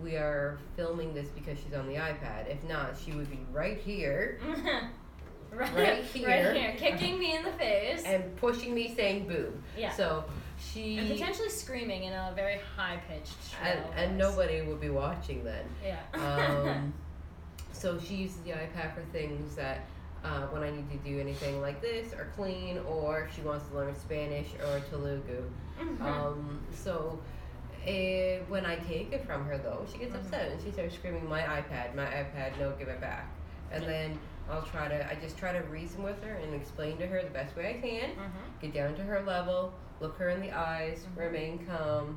[SPEAKER 4] we are filming this because she's on the ipad if not she would be right here
[SPEAKER 2] Mm-hmm. right,
[SPEAKER 4] Right here.
[SPEAKER 2] right here, kicking me in the face, and,
[SPEAKER 4] and pushing me saying boob
[SPEAKER 2] Yeah.
[SPEAKER 4] so she
[SPEAKER 2] potentially screaming in a very high pitched.
[SPEAKER 4] and, and nobody would be watching then
[SPEAKER 2] Yeah.
[SPEAKER 4] um, so she uses the ipad for things that uh, when i need to do anything like this or clean or if she wants to learn spanish or telugu
[SPEAKER 2] Mhm.
[SPEAKER 4] Um, so eh, when I take it from her, though, she gets
[SPEAKER 2] Mhm.
[SPEAKER 4] upset and she starts screaming, "My iPad, my iPad, no, give it back!" And
[SPEAKER 2] Yeah.
[SPEAKER 4] then I'll try to, I just try to reason with her and explain to her the best way I can,
[SPEAKER 2] Mhm.
[SPEAKER 4] get down to her level, look her in the eyes,
[SPEAKER 2] Mhm.
[SPEAKER 4] remain calm.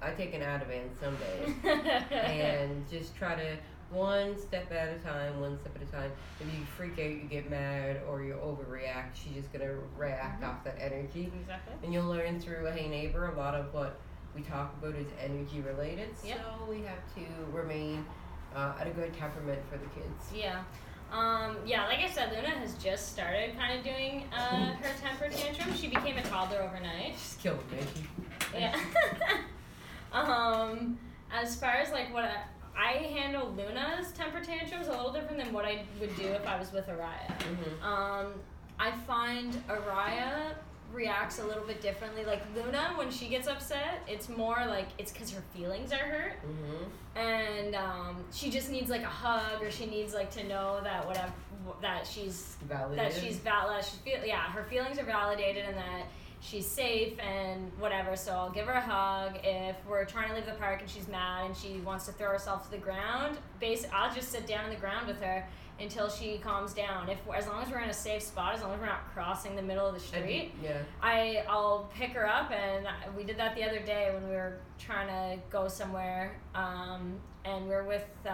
[SPEAKER 4] I take an Ativan some days
[SPEAKER 2] Mm-hmm.
[SPEAKER 4] and just try to one step at a time, one step at a time. If you freak out, you get mad, or you overreact, she's just gonna react
[SPEAKER 2] Mhm.
[SPEAKER 4] off that energy.
[SPEAKER 2] exactly.
[SPEAKER 4] And you'll learn through a Hey Neighbor a lot of what we talk about is energy related.
[SPEAKER 2] Yep.
[SPEAKER 4] So we have to remain uh, at a good temperament for the kids.
[SPEAKER 2] Yeah. Um, yeah, like I said, Luna has just started kind of doing uh, her temper tantrum. She became a toddler overnight.
[SPEAKER 4] She's killing me.
[SPEAKER 2] Yeah. um, as far as like what I, I handle Luna's temper tantrums a little different than what I would do if I was with Araya.
[SPEAKER 4] Mm-hmm.
[SPEAKER 2] Um, I find Araya reacts a little bit differently. Like Luna, when she gets upset, it's more like it's because her feelings are hurt
[SPEAKER 4] Mm-hmm.
[SPEAKER 2] and um, she just needs like a hug or she needs like to know that whatever that she's
[SPEAKER 4] Validated.
[SPEAKER 2] that she's valid she feel yeah her feelings are validated and that she's safe and whatever so i'll give her a hug if we're trying to leave the park and she's mad and she wants to throw herself to the ground base i'll just sit down on the ground with her until she calms down if as long as we're in a safe spot as long as we're not crossing the middle of the
[SPEAKER 4] I'd
[SPEAKER 2] street
[SPEAKER 4] be- Yeah.
[SPEAKER 2] I I'll pick her up, and we did that the other day when we were trying to go somewhere, um, and we are with uh,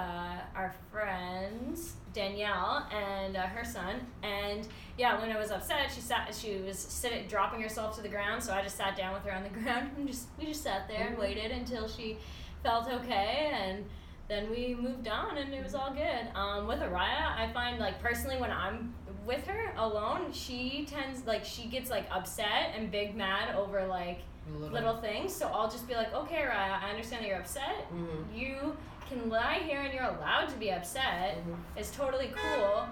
[SPEAKER 2] our friends Danielle and uh, her son, and yeah, Luna was upset. She sat, she was sitting, dropping herself to the ground, so I just sat down with her on the ground and just we just sat there and waited until she felt okay, and then we moved on and it was all good. Um, with Araya, I find like personally when I'm with her alone, she tends like she gets like upset and big mad over like
[SPEAKER 4] Little.
[SPEAKER 2] little things. So I'll just be like, okay, Araya, I understand that you're upset.
[SPEAKER 4] Mm-hmm.
[SPEAKER 2] You can lie here and you're allowed to be upset. It's totally cool.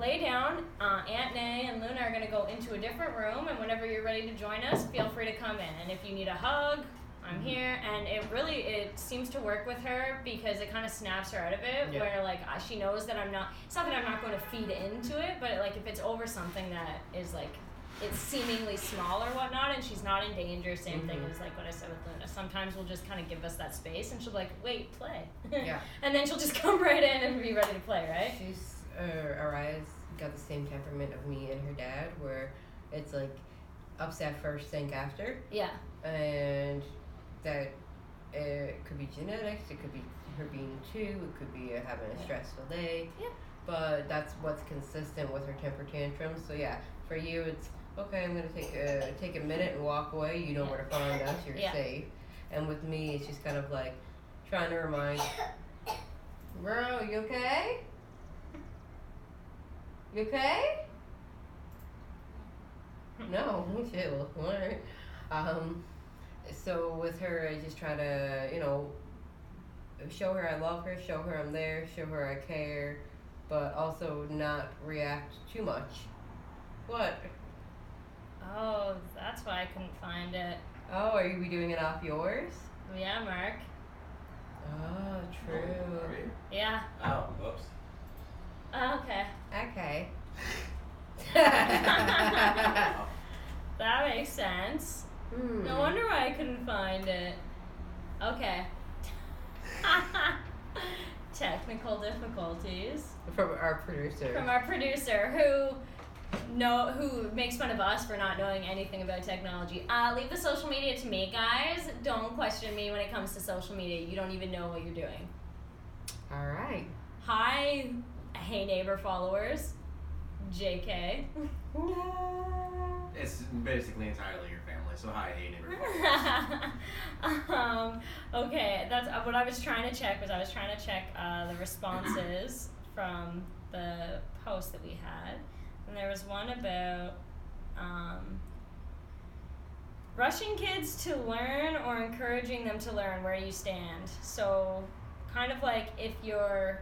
[SPEAKER 2] Lay down. Uh, Aunt Nay and Luna are gonna go into a different room, and whenever you're ready to join us, feel free to come in. And if you need a hug, I'm here. And it really it seems to work with her because it kind of snaps her out of it,
[SPEAKER 4] Yeah.
[SPEAKER 2] where like I- she knows that I'm not. It's not that I'm not going to feed into it, but like if it's over something that is like it's seemingly small or whatnot, and she's not in danger. Same thing
[SPEAKER 4] Mhm.
[SPEAKER 2] as like what I said with Luna. Sometimes we'll just kind of give us that space, and she'll be like, "Wait, play."
[SPEAKER 4] Yeah.
[SPEAKER 2] And then she'll just come right in and be ready to play, right?
[SPEAKER 4] She's uh, Araya's got the same temperament of me and her dad, where it's like upset first, think after,
[SPEAKER 2] Yeah.
[SPEAKER 4] and that it could be genetics, it could be her being two, it could be her having a
[SPEAKER 2] Yeah.
[SPEAKER 4] stressful day.
[SPEAKER 2] Yeah.
[SPEAKER 4] But that's what's consistent with her temper tantrums. So yeah, for you, it's okay. I'm gonna take a take a minute and walk away. You know where to find us. You're
[SPEAKER 2] Yeah.
[SPEAKER 4] safe. And with me, it's just kind of like trying to remind. Bro, you okay? You okay? No, me too. Alright. Um, so with her, I just try to, you know, show her I love her, show her I'm there, show her I care, but also not react too much. What?
[SPEAKER 2] Oh, that's why I couldn't find it.
[SPEAKER 4] Oh, are you doing it off yours?
[SPEAKER 2] Yeah, Mark.
[SPEAKER 4] Oh,
[SPEAKER 1] Are
[SPEAKER 4] true.
[SPEAKER 1] we?
[SPEAKER 2] Yeah.
[SPEAKER 5] Oh, whoops.
[SPEAKER 2] Oh, okay.
[SPEAKER 4] Okay.
[SPEAKER 1] Oh.
[SPEAKER 2] That makes sense.
[SPEAKER 4] Hmm.
[SPEAKER 2] No wonder why I couldn't find it. Okay. Technical difficulties
[SPEAKER 4] From our producer.
[SPEAKER 2] from our producer who know who makes fun of us for not knowing anything about technology. Uh, leave the social media to me, guys. Don't question me when it comes to social media. You don't even know what you're doing.
[SPEAKER 4] All right.
[SPEAKER 2] Hi, hey neighbor followers. JK.
[SPEAKER 5] It's basically entirely your family, so hi, hey neighbor.
[SPEAKER 2] um, okay, that's uh, what I was trying to check was I was trying to check uh, the responses from the post that we had, and there was one about um, rushing kids to learn or encouraging them to learn where you stand. So, kind of like if you're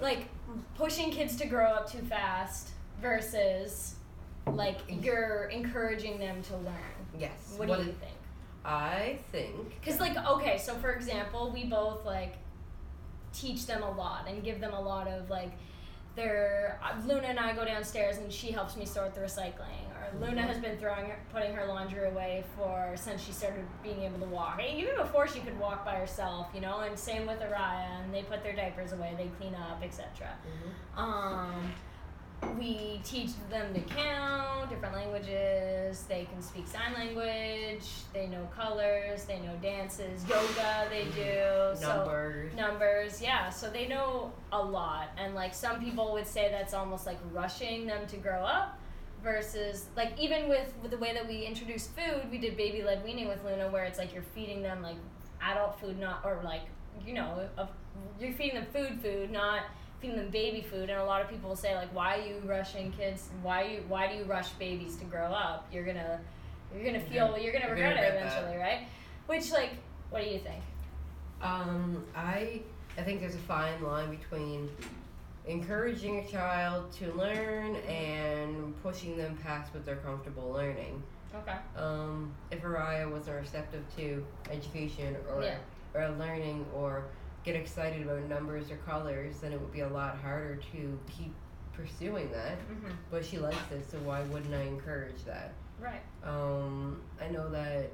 [SPEAKER 2] like pushing kids to grow up too fast versus like you're encouraging them to learn.
[SPEAKER 4] Yes.
[SPEAKER 2] What, do you think?
[SPEAKER 4] I think.
[SPEAKER 2] Because, like, okay, so for example, we both like teach them a lot and give them a lot of like. Their uh, Luna and I go downstairs and she helps me sort the recycling. Or Luna has been throwing her, putting her laundry away for since she started being able to walk, and even before she could walk by herself, you know. And same with Araya, and they put their diapers away, they clean up, etc. Um, we teach them to count different languages. They can speak sign language. They know colors. They know dances. Yoga they
[SPEAKER 4] Oh,
[SPEAKER 2] do.
[SPEAKER 4] Numbers.
[SPEAKER 2] So, numbers. Yeah. So they know a lot. And like some people would say that's almost like rushing them to grow up. Versus, like, even with, with the way that we introduce food, we did baby led weaning with Luna, where it's like you're feeding them like adult food, not, or like, you know, a, you're feeding them food, food, not feeding them baby food and a lot of people will say like why are you rushing kids why you why do you rush babies to grow up you're gonna you're gonna feel you're gonna
[SPEAKER 5] you're
[SPEAKER 2] regret,
[SPEAKER 5] gonna
[SPEAKER 2] it
[SPEAKER 5] regret that.
[SPEAKER 2] eventually right which like what do you think
[SPEAKER 4] Um, I I think there's a fine line between encouraging a child to learn and pushing them past what they're comfortable learning.
[SPEAKER 2] okay
[SPEAKER 4] Um, if Araya wasn't receptive to education or
[SPEAKER 2] Yeah.
[SPEAKER 4] or learning or get excited about numbers or colors, then it would be a lot harder to keep pursuing that.
[SPEAKER 2] mm-hmm.
[SPEAKER 4] But she likes it, so why wouldn't I encourage that?
[SPEAKER 2] right
[SPEAKER 4] Um, I know that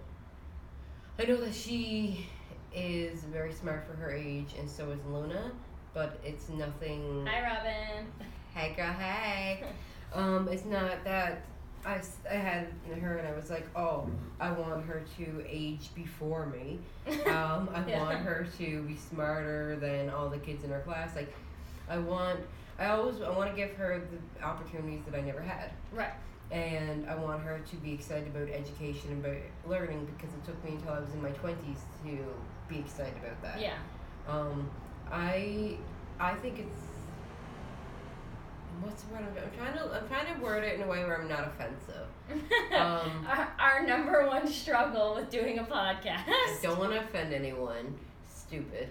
[SPEAKER 4] I know that she is very smart for her age, and so is Luna. But it's nothing.
[SPEAKER 2] hi robin
[SPEAKER 4] Hey, girl, hey. um, it's not that I, s- I had her and I was like, oh, I want her to age before me. Um, I
[SPEAKER 2] Yeah.
[SPEAKER 4] want her to be smarter than all the kids in her class. Like, I want. I always I want to give her the opportunities that I never had.
[SPEAKER 2] Right.
[SPEAKER 4] And I want her to be excited about education and about learning because it took me until I was in my twenties to be excited about that.
[SPEAKER 2] yeah
[SPEAKER 4] Um, I I think it's what's the word I'm, I'm trying to I'm trying to word it in a way where I'm not offensive. Um,
[SPEAKER 2] our, our number one struggle with doing a
[SPEAKER 4] I
[SPEAKER 2] podcast
[SPEAKER 4] don't want to offend anyone. Stupid.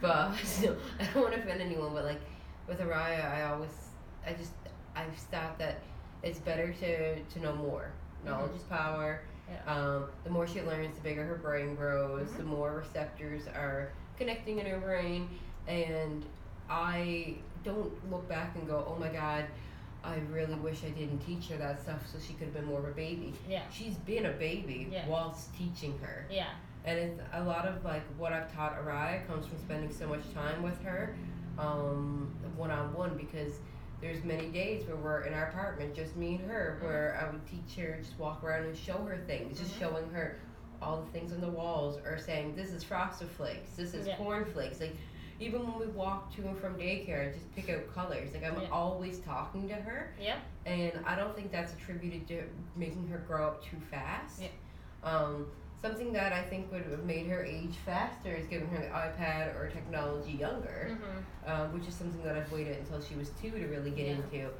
[SPEAKER 4] but I don't want to offend anyone. But like with Araya, I always, I just, I've thought that it's better to to know more. Knowledge is power.
[SPEAKER 2] Mm-hmm. Yeah.
[SPEAKER 4] Um, the more she learns, the bigger her brain grows.
[SPEAKER 2] Mhm.
[SPEAKER 4] The more receptors are connecting in her brain, and I don't look back and go, oh my god. I really wish I didn't teach her that stuff so she could have been more of a baby.
[SPEAKER 2] Yeah.
[SPEAKER 4] She's been a baby
[SPEAKER 2] Yeah.
[SPEAKER 4] whilst teaching her.
[SPEAKER 2] yeah
[SPEAKER 4] And it's a lot of like what I've taught Araya comes from spending so much time with her, um, one on one because there's many days where we're in our apartment, just me and
[SPEAKER 2] Mm-hmm.
[SPEAKER 4] her, where I would teach her, just walk around and show her things, just
[SPEAKER 2] Mhm.
[SPEAKER 4] showing her all the things on the walls or saying, This is frosted flakes, this is
[SPEAKER 2] Yeah.
[SPEAKER 4] corn flakes. Like even when we walk to and from daycare, I just pick out colors. Like I'm
[SPEAKER 2] Yeah.
[SPEAKER 4] always talking to her
[SPEAKER 2] yeah
[SPEAKER 4] and I don't think that's attributed to making her grow up too fast.
[SPEAKER 2] Yeah.
[SPEAKER 4] Um, Something that I think would have made her age faster is giving her the iPad or technology younger,
[SPEAKER 2] Mm-hmm.
[SPEAKER 4] um, which is something that I've waited until she was two to really get
[SPEAKER 2] Yeah.
[SPEAKER 4] into.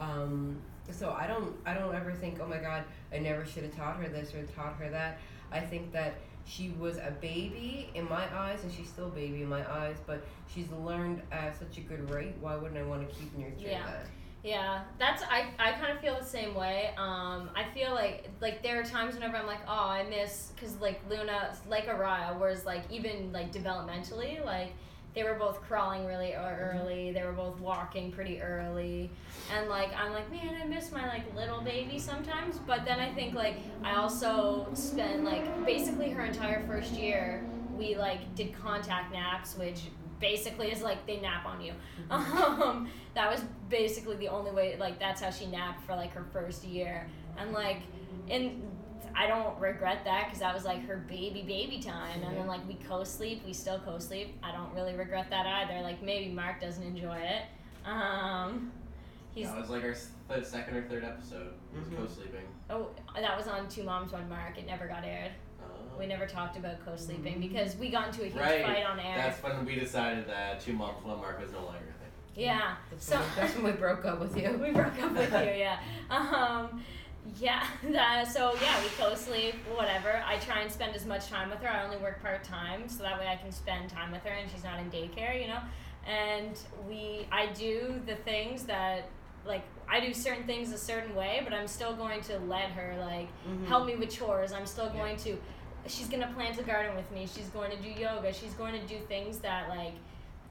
[SPEAKER 4] Um, so I don't, I don't ever think, oh my God, I never should have taught her this or taught her that. I think that she was a baby in my eyes, and she's still a baby in my eyes, but she's learned at such a good rate. Why wouldn't I want to keep nurturing
[SPEAKER 2] Yeah.
[SPEAKER 4] that?
[SPEAKER 2] Yeah, that's I, I kind of feel the same way. Um, I feel like like there are times whenever I'm like, oh, I miss because like Luna, like Araya, was like even like developmentally, like they were both crawling really ear- early. They were both walking pretty early, and like I'm like, man, I miss my like little baby sometimes. But then I think like I also spent like basically her entire first year, we like did contact naps, which basically is like they nap on you. Um, that was basically the only way like that's how she napped for like her first year and like and i don't regret that because that was like her baby baby time and then like we co-sleep we still co-sleep i don't really regret that either like maybe mark doesn't enjoy it um he's
[SPEAKER 5] that was like our s- third, second or third episode. Was
[SPEAKER 4] Mhm.
[SPEAKER 5] co-sleeping.
[SPEAKER 2] oh that was on two moms one mark it never got aired
[SPEAKER 5] Oh. Mm-hmm.
[SPEAKER 2] we never talked about co-sleeping because we got into a huge
[SPEAKER 5] Right.
[SPEAKER 2] fight on air
[SPEAKER 5] That's when we decided that two month one mark was no longer a thing.
[SPEAKER 2] yeah
[SPEAKER 4] That's,
[SPEAKER 2] So-
[SPEAKER 4] when, that's when we broke up with you.
[SPEAKER 2] we broke up with you, yeah. Um, yeah, that, so yeah, we co sleep, whatever. I try and spend as much time with her. I only work part time, so that way I can spend time with her and she's not in daycare, you know? And we, I do the things that, like, I do certain things a certain way, but I'm still going to let her, like,
[SPEAKER 4] Mhm.
[SPEAKER 2] help me with chores. I'm still going to. She's gonna plant a garden with me. She's going to do yoga. She's going to do things that like,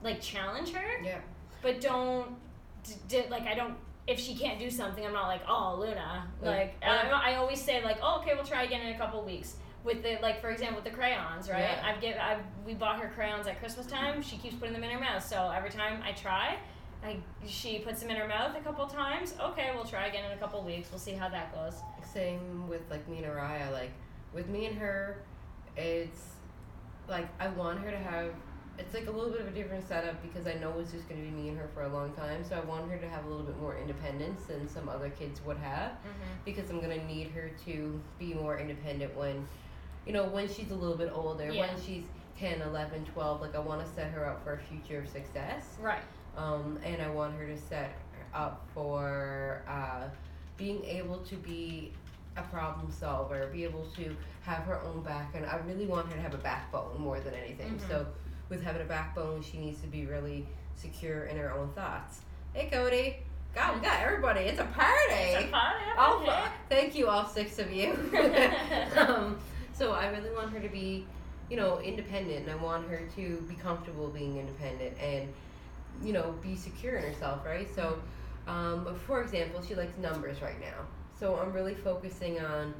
[SPEAKER 2] like challenge her.
[SPEAKER 4] Yeah.
[SPEAKER 2] But don't, d- d- like I don't. If she can't do something, I'm not like, oh Luna.
[SPEAKER 4] Yeah.
[SPEAKER 2] Like
[SPEAKER 4] Yeah.
[SPEAKER 2] I, I always say like, oh okay, we'll try again in a couple weeks. With the like, for example, with the crayons, right?
[SPEAKER 4] Yeah.
[SPEAKER 2] I've give I we bought her crayons at Christmas time. She keeps putting them in her mouth. So every time I try, I she puts them in her mouth a couple times. Okay, we'll try again in a couple weeks. We'll see how that goes.
[SPEAKER 4] same with like me and Araya. Like with me and her, it's like I want her to have. It's like a little bit of a different setup because I know it's just going to be me and her for a long time. So I want her to have a little bit more independence than some other kids would have
[SPEAKER 2] Mm-hmm.
[SPEAKER 4] because I'm going to need her to be more independent when, you know, when she's a little bit older,
[SPEAKER 2] Yeah.
[SPEAKER 4] when she's 10, 11, 12. Like I want to set her up for a future of success
[SPEAKER 2] Right.
[SPEAKER 4] um, and I want her to set up for uh, being able to be a problem solver, be able to have her own back, and I really want her to have a backbone more than anything.
[SPEAKER 2] Mhm.
[SPEAKER 4] So, with having a backbone, she needs to be really secure in her own thoughts. Hey, Cody. God, we got everybody. It's a party.
[SPEAKER 2] It's a party.
[SPEAKER 4] All, thank you, all six of you. um, so I really want her to be, you know, independent, and I want her to be comfortable being independent and, you know, be secure in herself, right? So, um, for example, she likes numbers right now, so I'm really focusing on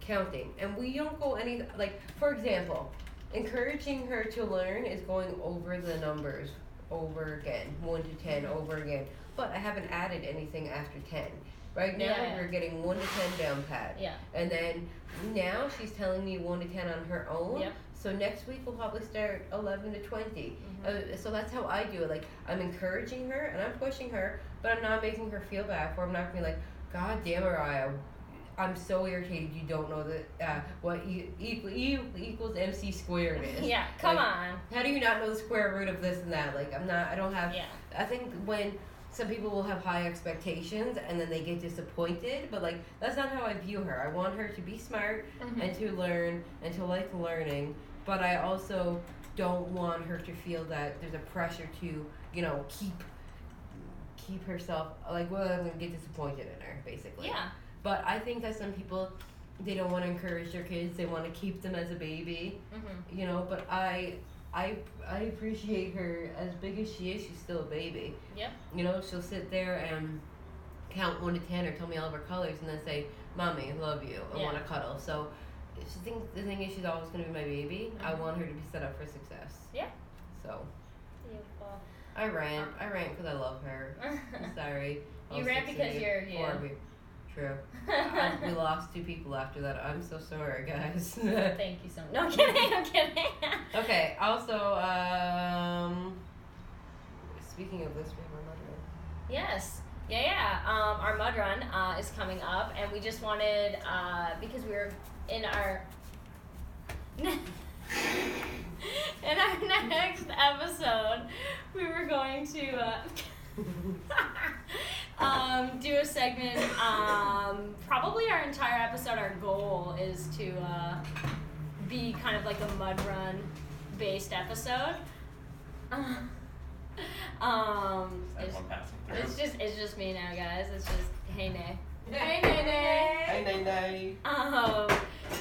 [SPEAKER 4] counting, and we don't go any like, for example, encouraging her to learn is going over the numbers over again, one to ten over again, but I haven't added anything after ten. Right now,
[SPEAKER 2] Yeah.
[SPEAKER 4] we're getting one to ten down pat.
[SPEAKER 2] Yeah.
[SPEAKER 4] And then now she's telling me one to ten on her own.
[SPEAKER 2] Yep.
[SPEAKER 4] So next week we'll probably start eleven to 20
[SPEAKER 2] Mhm.
[SPEAKER 4] Uh, so that's how I do it. Like I'm encouraging her and I'm pushing her, but I'm not making her feel bad. Or I'm not gonna be like, God damn, Mariah, I'm so irritated. You don't know that uh, what e, equal, e equals MC squared is.
[SPEAKER 2] Yeah, come
[SPEAKER 4] Like-
[SPEAKER 2] on.
[SPEAKER 4] How do you not know the square root of this and that? Like I'm not. I don't have.
[SPEAKER 2] Yeah.
[SPEAKER 4] I think when some people will have high expectations and then they get disappointed, but like that's not how I view her. I want her to be smart
[SPEAKER 2] Mm-hmm.
[SPEAKER 4] and to learn and to like learning, but I also don't want her to feel that there's a pressure to, you know, keep keep herself like well I'm gonna get disappointed in her basically.
[SPEAKER 2] Yeah.
[SPEAKER 4] But I think that some people they don't want to encourage their kids. They want to keep them as a baby
[SPEAKER 2] Mm-hmm.
[SPEAKER 4] you know but i i i appreciate her as big as she is she's still a baby
[SPEAKER 2] Yep.
[SPEAKER 4] you know she'll sit there and count one to ten or tell me all of her colors and then say mommy I love you i
[SPEAKER 2] Yeah.
[SPEAKER 4] want to cuddle so she thinks the thing is she's always going to be my baby i
[SPEAKER 2] Mhm.
[SPEAKER 4] want her to be set up for success
[SPEAKER 2] Yeah.
[SPEAKER 4] so i rant i rant because i love her i'm sorry
[SPEAKER 2] You
[SPEAKER 4] All
[SPEAKER 2] rant
[SPEAKER 4] six of
[SPEAKER 2] because you're you.
[SPEAKER 4] Four of you. true I,
[SPEAKER 2] Mm-hmm.
[SPEAKER 4] we lost two people after that i'm so sorry guys
[SPEAKER 2] Thank you so much. No, I'm kidding. I'm kidding.
[SPEAKER 4] Okay. Also, um, speaking of this, we have our mother.
[SPEAKER 2] yes. Yeah, yeah. Um, our mud run uh, is coming up, and we just wanted uh, because we were in our In our next episode, we were going to uh, um, do a segment. Um, probably our entire episode, our goal is to uh, be kind of like a mud run based episode. um, it's,
[SPEAKER 5] Everyone passing
[SPEAKER 2] it's
[SPEAKER 5] through.
[SPEAKER 2] just it's just me now, guys. It's just hey nay. Hey, nay, nay.
[SPEAKER 3] Hey,
[SPEAKER 5] nay, nay.
[SPEAKER 2] Um,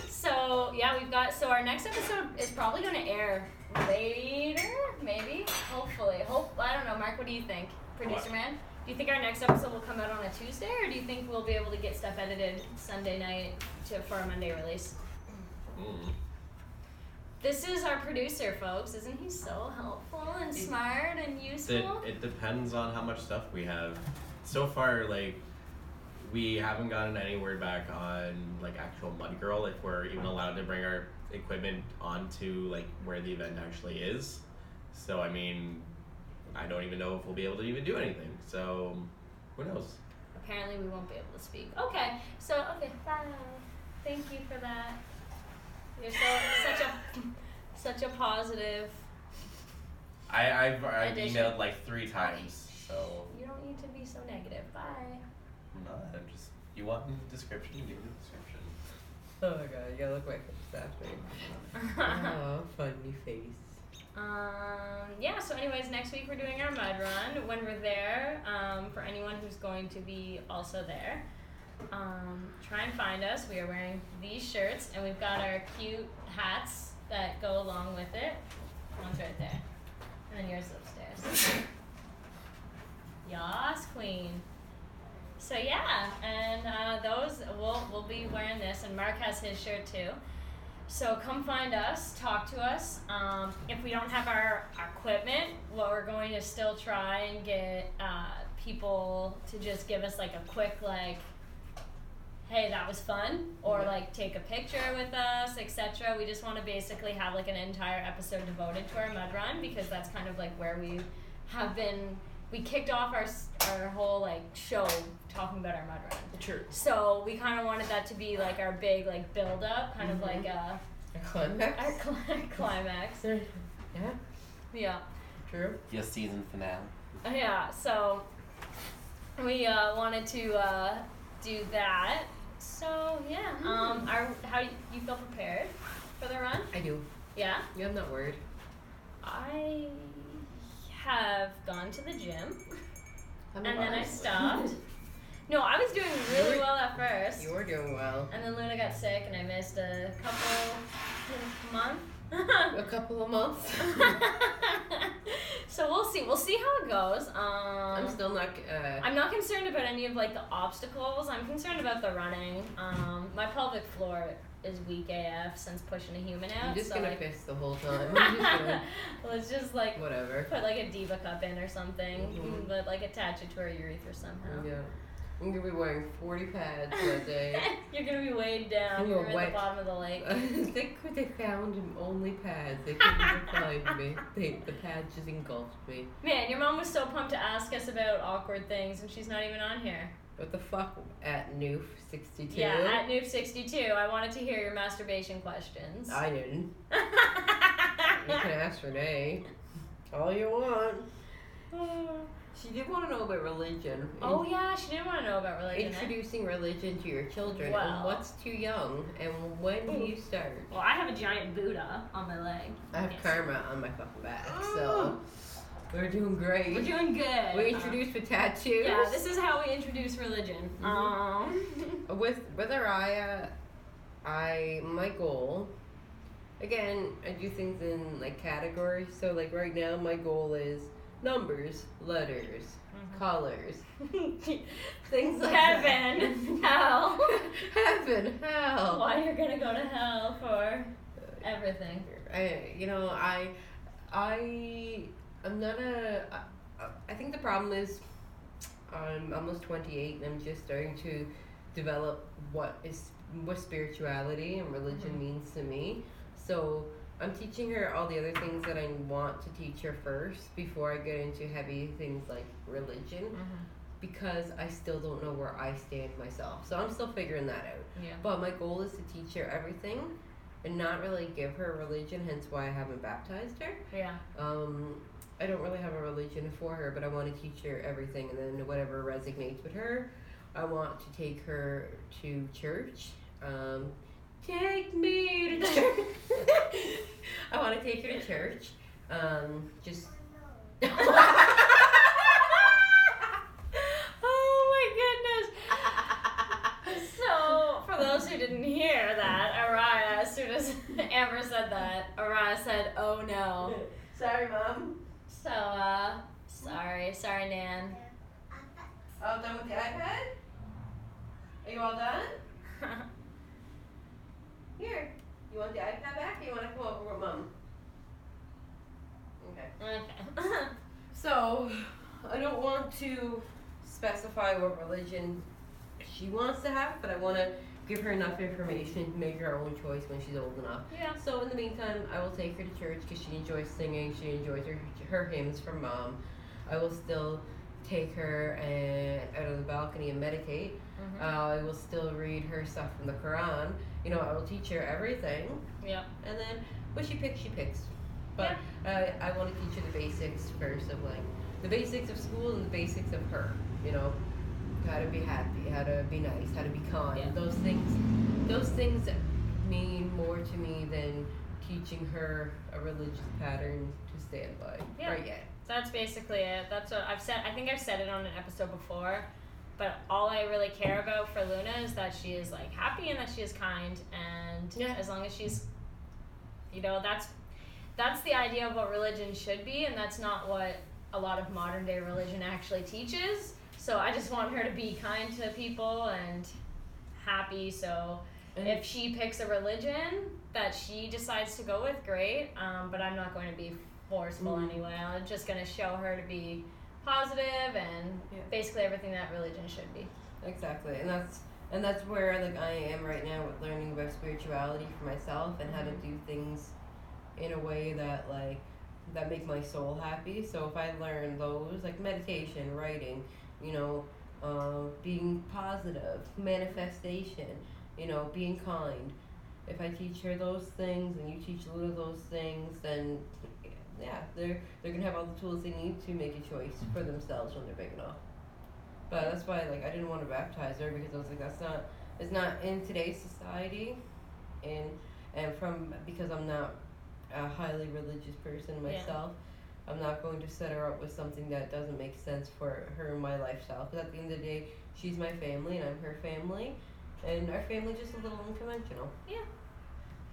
[SPEAKER 2] so yeah, we've got so our next episode is probably going to air later, maybe, hopefully. Hope I don't know, Mark. What do you think, producer
[SPEAKER 5] What?
[SPEAKER 2] man? Do you think our next episode will come out on a Tuesday, or do you think we'll be able to get stuff edited Sunday night to for a Monday release?
[SPEAKER 5] Mm.
[SPEAKER 2] This is our producer, folks. Isn't he so helpful and smart and
[SPEAKER 5] It,
[SPEAKER 2] useful?
[SPEAKER 5] it depends on how much stuff we have. So far, like, we haven't gotten any word back on, like, actual Mud Girl, if we're even allowed to bring our equipment onto, like, where the event actually is. So, I mean, I don't even know if we'll be able to even do anything. So, who knows?
[SPEAKER 2] Apparently, we won't be able to speak. Okay, so okay, bye. Thank you for that. You're so such a such a positive.
[SPEAKER 5] I, I've, I've
[SPEAKER 2] Addition.
[SPEAKER 5] emailed, like, three times. So,
[SPEAKER 2] You don't need to be so negative. Bye.
[SPEAKER 5] I'm not. I'm just, you want the description? Give me the description.
[SPEAKER 4] Oh my god, you gotta look away from that Oh, funny face.
[SPEAKER 2] um, yeah. So, anyways, next week we're doing our mud run. When we're there, um, for anyone who's going to be also there, um, try and find us. We are wearing these shirts, and we've got our cute hats that go along with it. One's right there, and then yours is upstairs. Yas, queen. So yeah, and uh, those we'll we'll be wearing this, and Mark has his shirt too. So come find us, talk to us. Um, if we don't have our equipment, what we're going to still try and get uh, people to just give us like a quick like, hey, that was fun, or
[SPEAKER 4] Yeah.
[SPEAKER 2] like take a picture with us, etc. We just want to basically have like an entire episode devoted to our mud run because that's kind of like where we have been. We kicked off our s- our whole like show talking about our mud run.
[SPEAKER 4] True.
[SPEAKER 2] So we kind of wanted that to be like our big like build up, kind
[SPEAKER 4] Mhm.
[SPEAKER 2] of like a our
[SPEAKER 4] Climax?
[SPEAKER 2] cli- climax.
[SPEAKER 4] Yeah,
[SPEAKER 2] Yeah,
[SPEAKER 4] true.
[SPEAKER 5] Your season finale.
[SPEAKER 2] yeah. So we uh, wanted to uh, do that. So yeah, um, are how you, you feel prepared for the run?
[SPEAKER 4] I do.
[SPEAKER 2] Yeah,
[SPEAKER 4] Yeah, I'm not worried.
[SPEAKER 2] I have gone to the gym
[SPEAKER 4] I'm
[SPEAKER 2] and
[SPEAKER 4] not
[SPEAKER 2] then I
[SPEAKER 4] worried.
[SPEAKER 2] stopped. No, I was doing really
[SPEAKER 4] were-
[SPEAKER 2] well at first.
[SPEAKER 4] You were doing well.
[SPEAKER 2] And then Luna got sick, and I missed a couple month.
[SPEAKER 4] A couple of months.
[SPEAKER 2] so we'll see. We'll see how it goes. Um,
[SPEAKER 4] I'm still not. Uh,
[SPEAKER 2] I'm not concerned about any of like the obstacles. I'm concerned about the running. Um, my pelvic floor is weak AF since pushing a human out.
[SPEAKER 4] I'm just
[SPEAKER 2] so
[SPEAKER 4] gonna
[SPEAKER 2] like,
[SPEAKER 4] piss the whole time. I'm just gonna,
[SPEAKER 2] let's just like
[SPEAKER 4] whatever.
[SPEAKER 2] put like a diva cup in or something,
[SPEAKER 4] Mhm.
[SPEAKER 2] but like attach it to her urethra somehow.
[SPEAKER 4] Yeah. I'm gonna be wearing 40 pads that day.
[SPEAKER 2] You're gonna be weighed down.
[SPEAKER 4] I'm
[SPEAKER 2] You're
[SPEAKER 4] gonna
[SPEAKER 2] at
[SPEAKER 4] wet-
[SPEAKER 2] the bottom of the lake.
[SPEAKER 4] they could they found only pads. They couldn't even find me. They, the pads just engulfed me.
[SPEAKER 2] Man, your mom was so pumped to ask us about awkward things, and she's not even on here.
[SPEAKER 4] What the fuck at Noof 62?
[SPEAKER 2] Yeah, at Noob62, I wanted to hear your masturbation questions.
[SPEAKER 4] I didn't. You can ask Renee. All you want. She did want to know about religion.
[SPEAKER 2] oh, yeah, she didn't want to know about religion. eh?
[SPEAKER 4] Introducing religion to your children and
[SPEAKER 2] Well.
[SPEAKER 4] what's too young and when do you start?
[SPEAKER 2] Well, I have a giant Buddha on my leg.
[SPEAKER 4] I have
[SPEAKER 2] Yes.
[SPEAKER 4] karma on my fucking back, so we're doing great.
[SPEAKER 2] We're doing good. Uh,
[SPEAKER 4] we introduced with tattoos.
[SPEAKER 2] Yeah, this is how we introduce religion.
[SPEAKER 4] Mhm.
[SPEAKER 2] Um,
[SPEAKER 4] with with Araya, I my goal. Again, I do things in like categories. So like right now, my goal is numbers, letters, colors, things like that.
[SPEAKER 2] heaven, hell.
[SPEAKER 4] heaven, hell.
[SPEAKER 2] Why you're gonna go to hell for everything?
[SPEAKER 4] I, you know, I, I, I'm not a. I, I think the problem is, I'm almost 28 and I'm just starting to develop what is what spirituality and religion means to me. So I'm teaching her all the other things that I want to teach her first before I get into heavy things like religion because I still don't know where I stand myself. So I'm still figuring that out.
[SPEAKER 2] Yeah.
[SPEAKER 4] But my goal is to teach her everything and not really give her a religion, hence why I haven't baptized her.
[SPEAKER 2] Yeah.
[SPEAKER 4] Um, I don't really have a religion for her, but I want to teach her everything, and then whatever resonates with her, I want to take her to church. Um, take me to church. I want to take her to church. Um, just.
[SPEAKER 2] Oh my goodness. So, for those who didn't hear that, Araya, as soon as Amber said that, Araya said, oh no.
[SPEAKER 3] Sorry, mom.
[SPEAKER 2] So, uh, sorry, sorry, Nan.
[SPEAKER 3] All done with the iPad? Are you all done? Here. You want the iPad back or you want to come over with mom? Okay.
[SPEAKER 2] okay.
[SPEAKER 4] So, I don't want to specify what religion she wants to have, but I want to give her enough information to make her own choice when she's old enough.
[SPEAKER 2] yeah.
[SPEAKER 4] So in the meantime, I will take her to church because she enjoys singing. She enjoys her her hymns from mom. I will still take her and out of the balcony and meditate.
[SPEAKER 2] Mhm.
[SPEAKER 4] Uh, I will still read her stuff from the Quran. You know, I will teach her everything.
[SPEAKER 2] Yeah.
[SPEAKER 4] And then what she picks, she picks. But uh, I want to teach her the basics first of like the basics of school and the basics of her. You know, how to be happy, how to be nice, how to be kind.
[SPEAKER 2] Yeah.
[SPEAKER 4] Those things, those things mean more to me than teaching her a religious pattern to stand by.
[SPEAKER 2] Yeah.
[SPEAKER 4] Right yet.
[SPEAKER 2] That's basically it. That's what I've said. I think I've said it on an episode before, but all I really care about for Luna is that she is like happy and that she is kind, and
[SPEAKER 4] Yeah.
[SPEAKER 2] as long as she's, you know, that's that's the idea of what religion should be, and that's not what a lot of modern day religion actually teaches. So I just want her to be kind to people and happy. So
[SPEAKER 4] And-
[SPEAKER 2] if she picks a religion that she decides to go with, great. Um, but I'm not going to be forceful
[SPEAKER 4] Mm.
[SPEAKER 2] anyway. I'm just going to show her to be positive and
[SPEAKER 4] Yeah.
[SPEAKER 2] basically everything that religion should be.
[SPEAKER 4] Exactly, and that's and that's where like I am right now with learning about spirituality for myself and how to do things in a way that like that make my soul happy. So if I learn those like meditation, writing, you know, uh, being positive, manifestation, you know, being kind. If I teach her those things and you teach Luna those things, then yeah, they're they're gonna have all the tools they need to make a choice for themselves when they're big enough. But that's why like I didn't want to baptize her because I was like that's not it's not in today's society, and and from because I'm not a highly religious person
[SPEAKER 2] Yeah.
[SPEAKER 4] myself, I'm not going to set her up with something that doesn't make sense for her and my lifestyle. Because at the end of the day, she's my family and I'm her family, and our family just a little unconventional.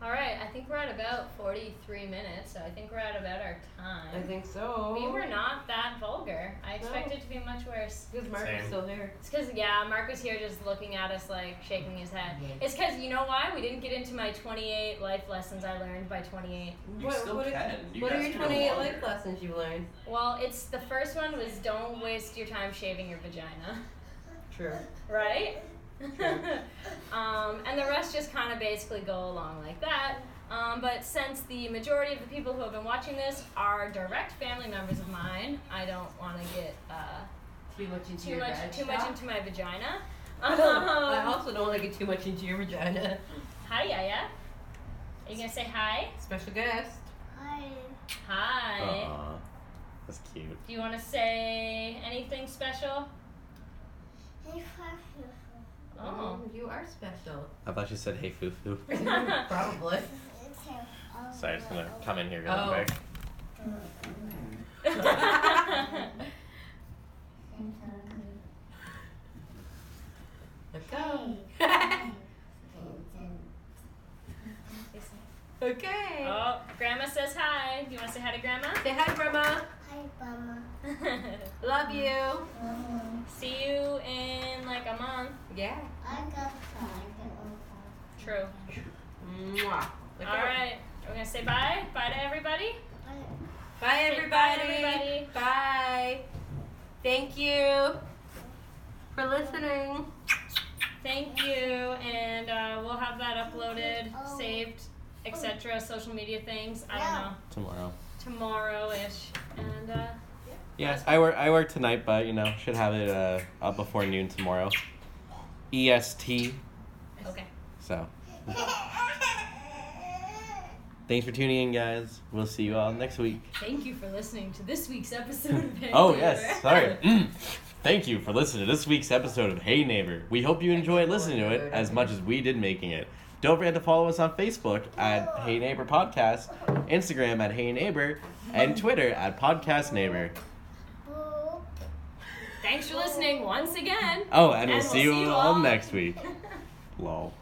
[SPEAKER 2] All right, I think we're at about 43 minutes, so I think we're at about our
[SPEAKER 4] I
[SPEAKER 2] time.
[SPEAKER 4] think so.
[SPEAKER 2] We were not that vulgar. I expected it to be much worse.
[SPEAKER 4] Because Mark
[SPEAKER 5] Same.
[SPEAKER 4] is still here.
[SPEAKER 2] It's because, yeah, Mark was here just looking at us like shaking his head. It's because, you know why? We didn't get into my 28 life lessons I learned by 28.
[SPEAKER 1] You still
[SPEAKER 4] what
[SPEAKER 1] can.
[SPEAKER 4] Are,
[SPEAKER 1] You
[SPEAKER 4] what are
[SPEAKER 1] guys
[SPEAKER 4] your
[SPEAKER 1] can
[SPEAKER 4] 28
[SPEAKER 1] wander.
[SPEAKER 4] life lessons you've learned?
[SPEAKER 2] Well, it's the first one was don't waste your time shaving your vagina,
[SPEAKER 4] True.
[SPEAKER 2] right? um, and the rest just kind of basically go along like that. Um, but since the majority of the people who have been watching this are direct family members of mine, I don't want to get uh,
[SPEAKER 3] Too much into
[SPEAKER 2] too
[SPEAKER 3] your
[SPEAKER 2] much
[SPEAKER 3] bed
[SPEAKER 2] too much
[SPEAKER 3] stuff?
[SPEAKER 2] into my vagina.
[SPEAKER 4] Oh, I
[SPEAKER 2] Um,
[SPEAKER 4] also don't want to get too much into your vagina.
[SPEAKER 2] hi, Yaya. Are you gonna say hi?
[SPEAKER 4] Special guest.
[SPEAKER 2] Hi.
[SPEAKER 5] Aw, that's cute.
[SPEAKER 2] Do you want to say anything special? Oh.
[SPEAKER 4] you are special.
[SPEAKER 5] I thought you said, "Hey, foo foo."
[SPEAKER 4] Probably.
[SPEAKER 5] Sorry, I just gonna come in here real
[SPEAKER 4] Oh.
[SPEAKER 5] quick.
[SPEAKER 2] All
[SPEAKER 4] Let's go. okay.
[SPEAKER 2] Oh, Grandma says hi. Do you want to say hi to Grandma?
[SPEAKER 4] Say hi, Grandma. Love you.
[SPEAKER 2] See you in like a month.
[SPEAKER 4] Yeah.
[SPEAKER 2] True.
[SPEAKER 4] Mwah.
[SPEAKER 2] All right. We're going to say bye. Bye to everybody.
[SPEAKER 4] Bye,
[SPEAKER 2] Say bye to everybody.
[SPEAKER 4] Bye. Thank you for listening.
[SPEAKER 2] Thank you. And uh, we'll have that uploaded, saved, etc. Social media things. I don't know.
[SPEAKER 5] Tomorrow.
[SPEAKER 2] Tomorrow ish. And uh,
[SPEAKER 5] Yes, I work. I work tonight, but you know, should have it uh, up before noon tomorrow. EST.
[SPEAKER 2] okay.
[SPEAKER 5] So.
[SPEAKER 6] Bye.
[SPEAKER 5] Thanks for tuning in, guys. We'll see you all next week.
[SPEAKER 2] Thank you for listening to this week's episode of Hey
[SPEAKER 5] Oh,
[SPEAKER 2] Neighbor.
[SPEAKER 5] yes. Sorry. Mm. Thank you for listening to this week's episode of Hey Neighbor. We hope you enjoyed listening to it as much as we did making it. Don't forget to follow us on Facebook at Hey Neighbor Podcast, Instagram at Hey Neighbor, and Twitter at Podcast Neighbor.
[SPEAKER 2] Thanks for listening once again.
[SPEAKER 5] Oh, and,
[SPEAKER 2] And
[SPEAKER 5] we'll see you all next week. Lol.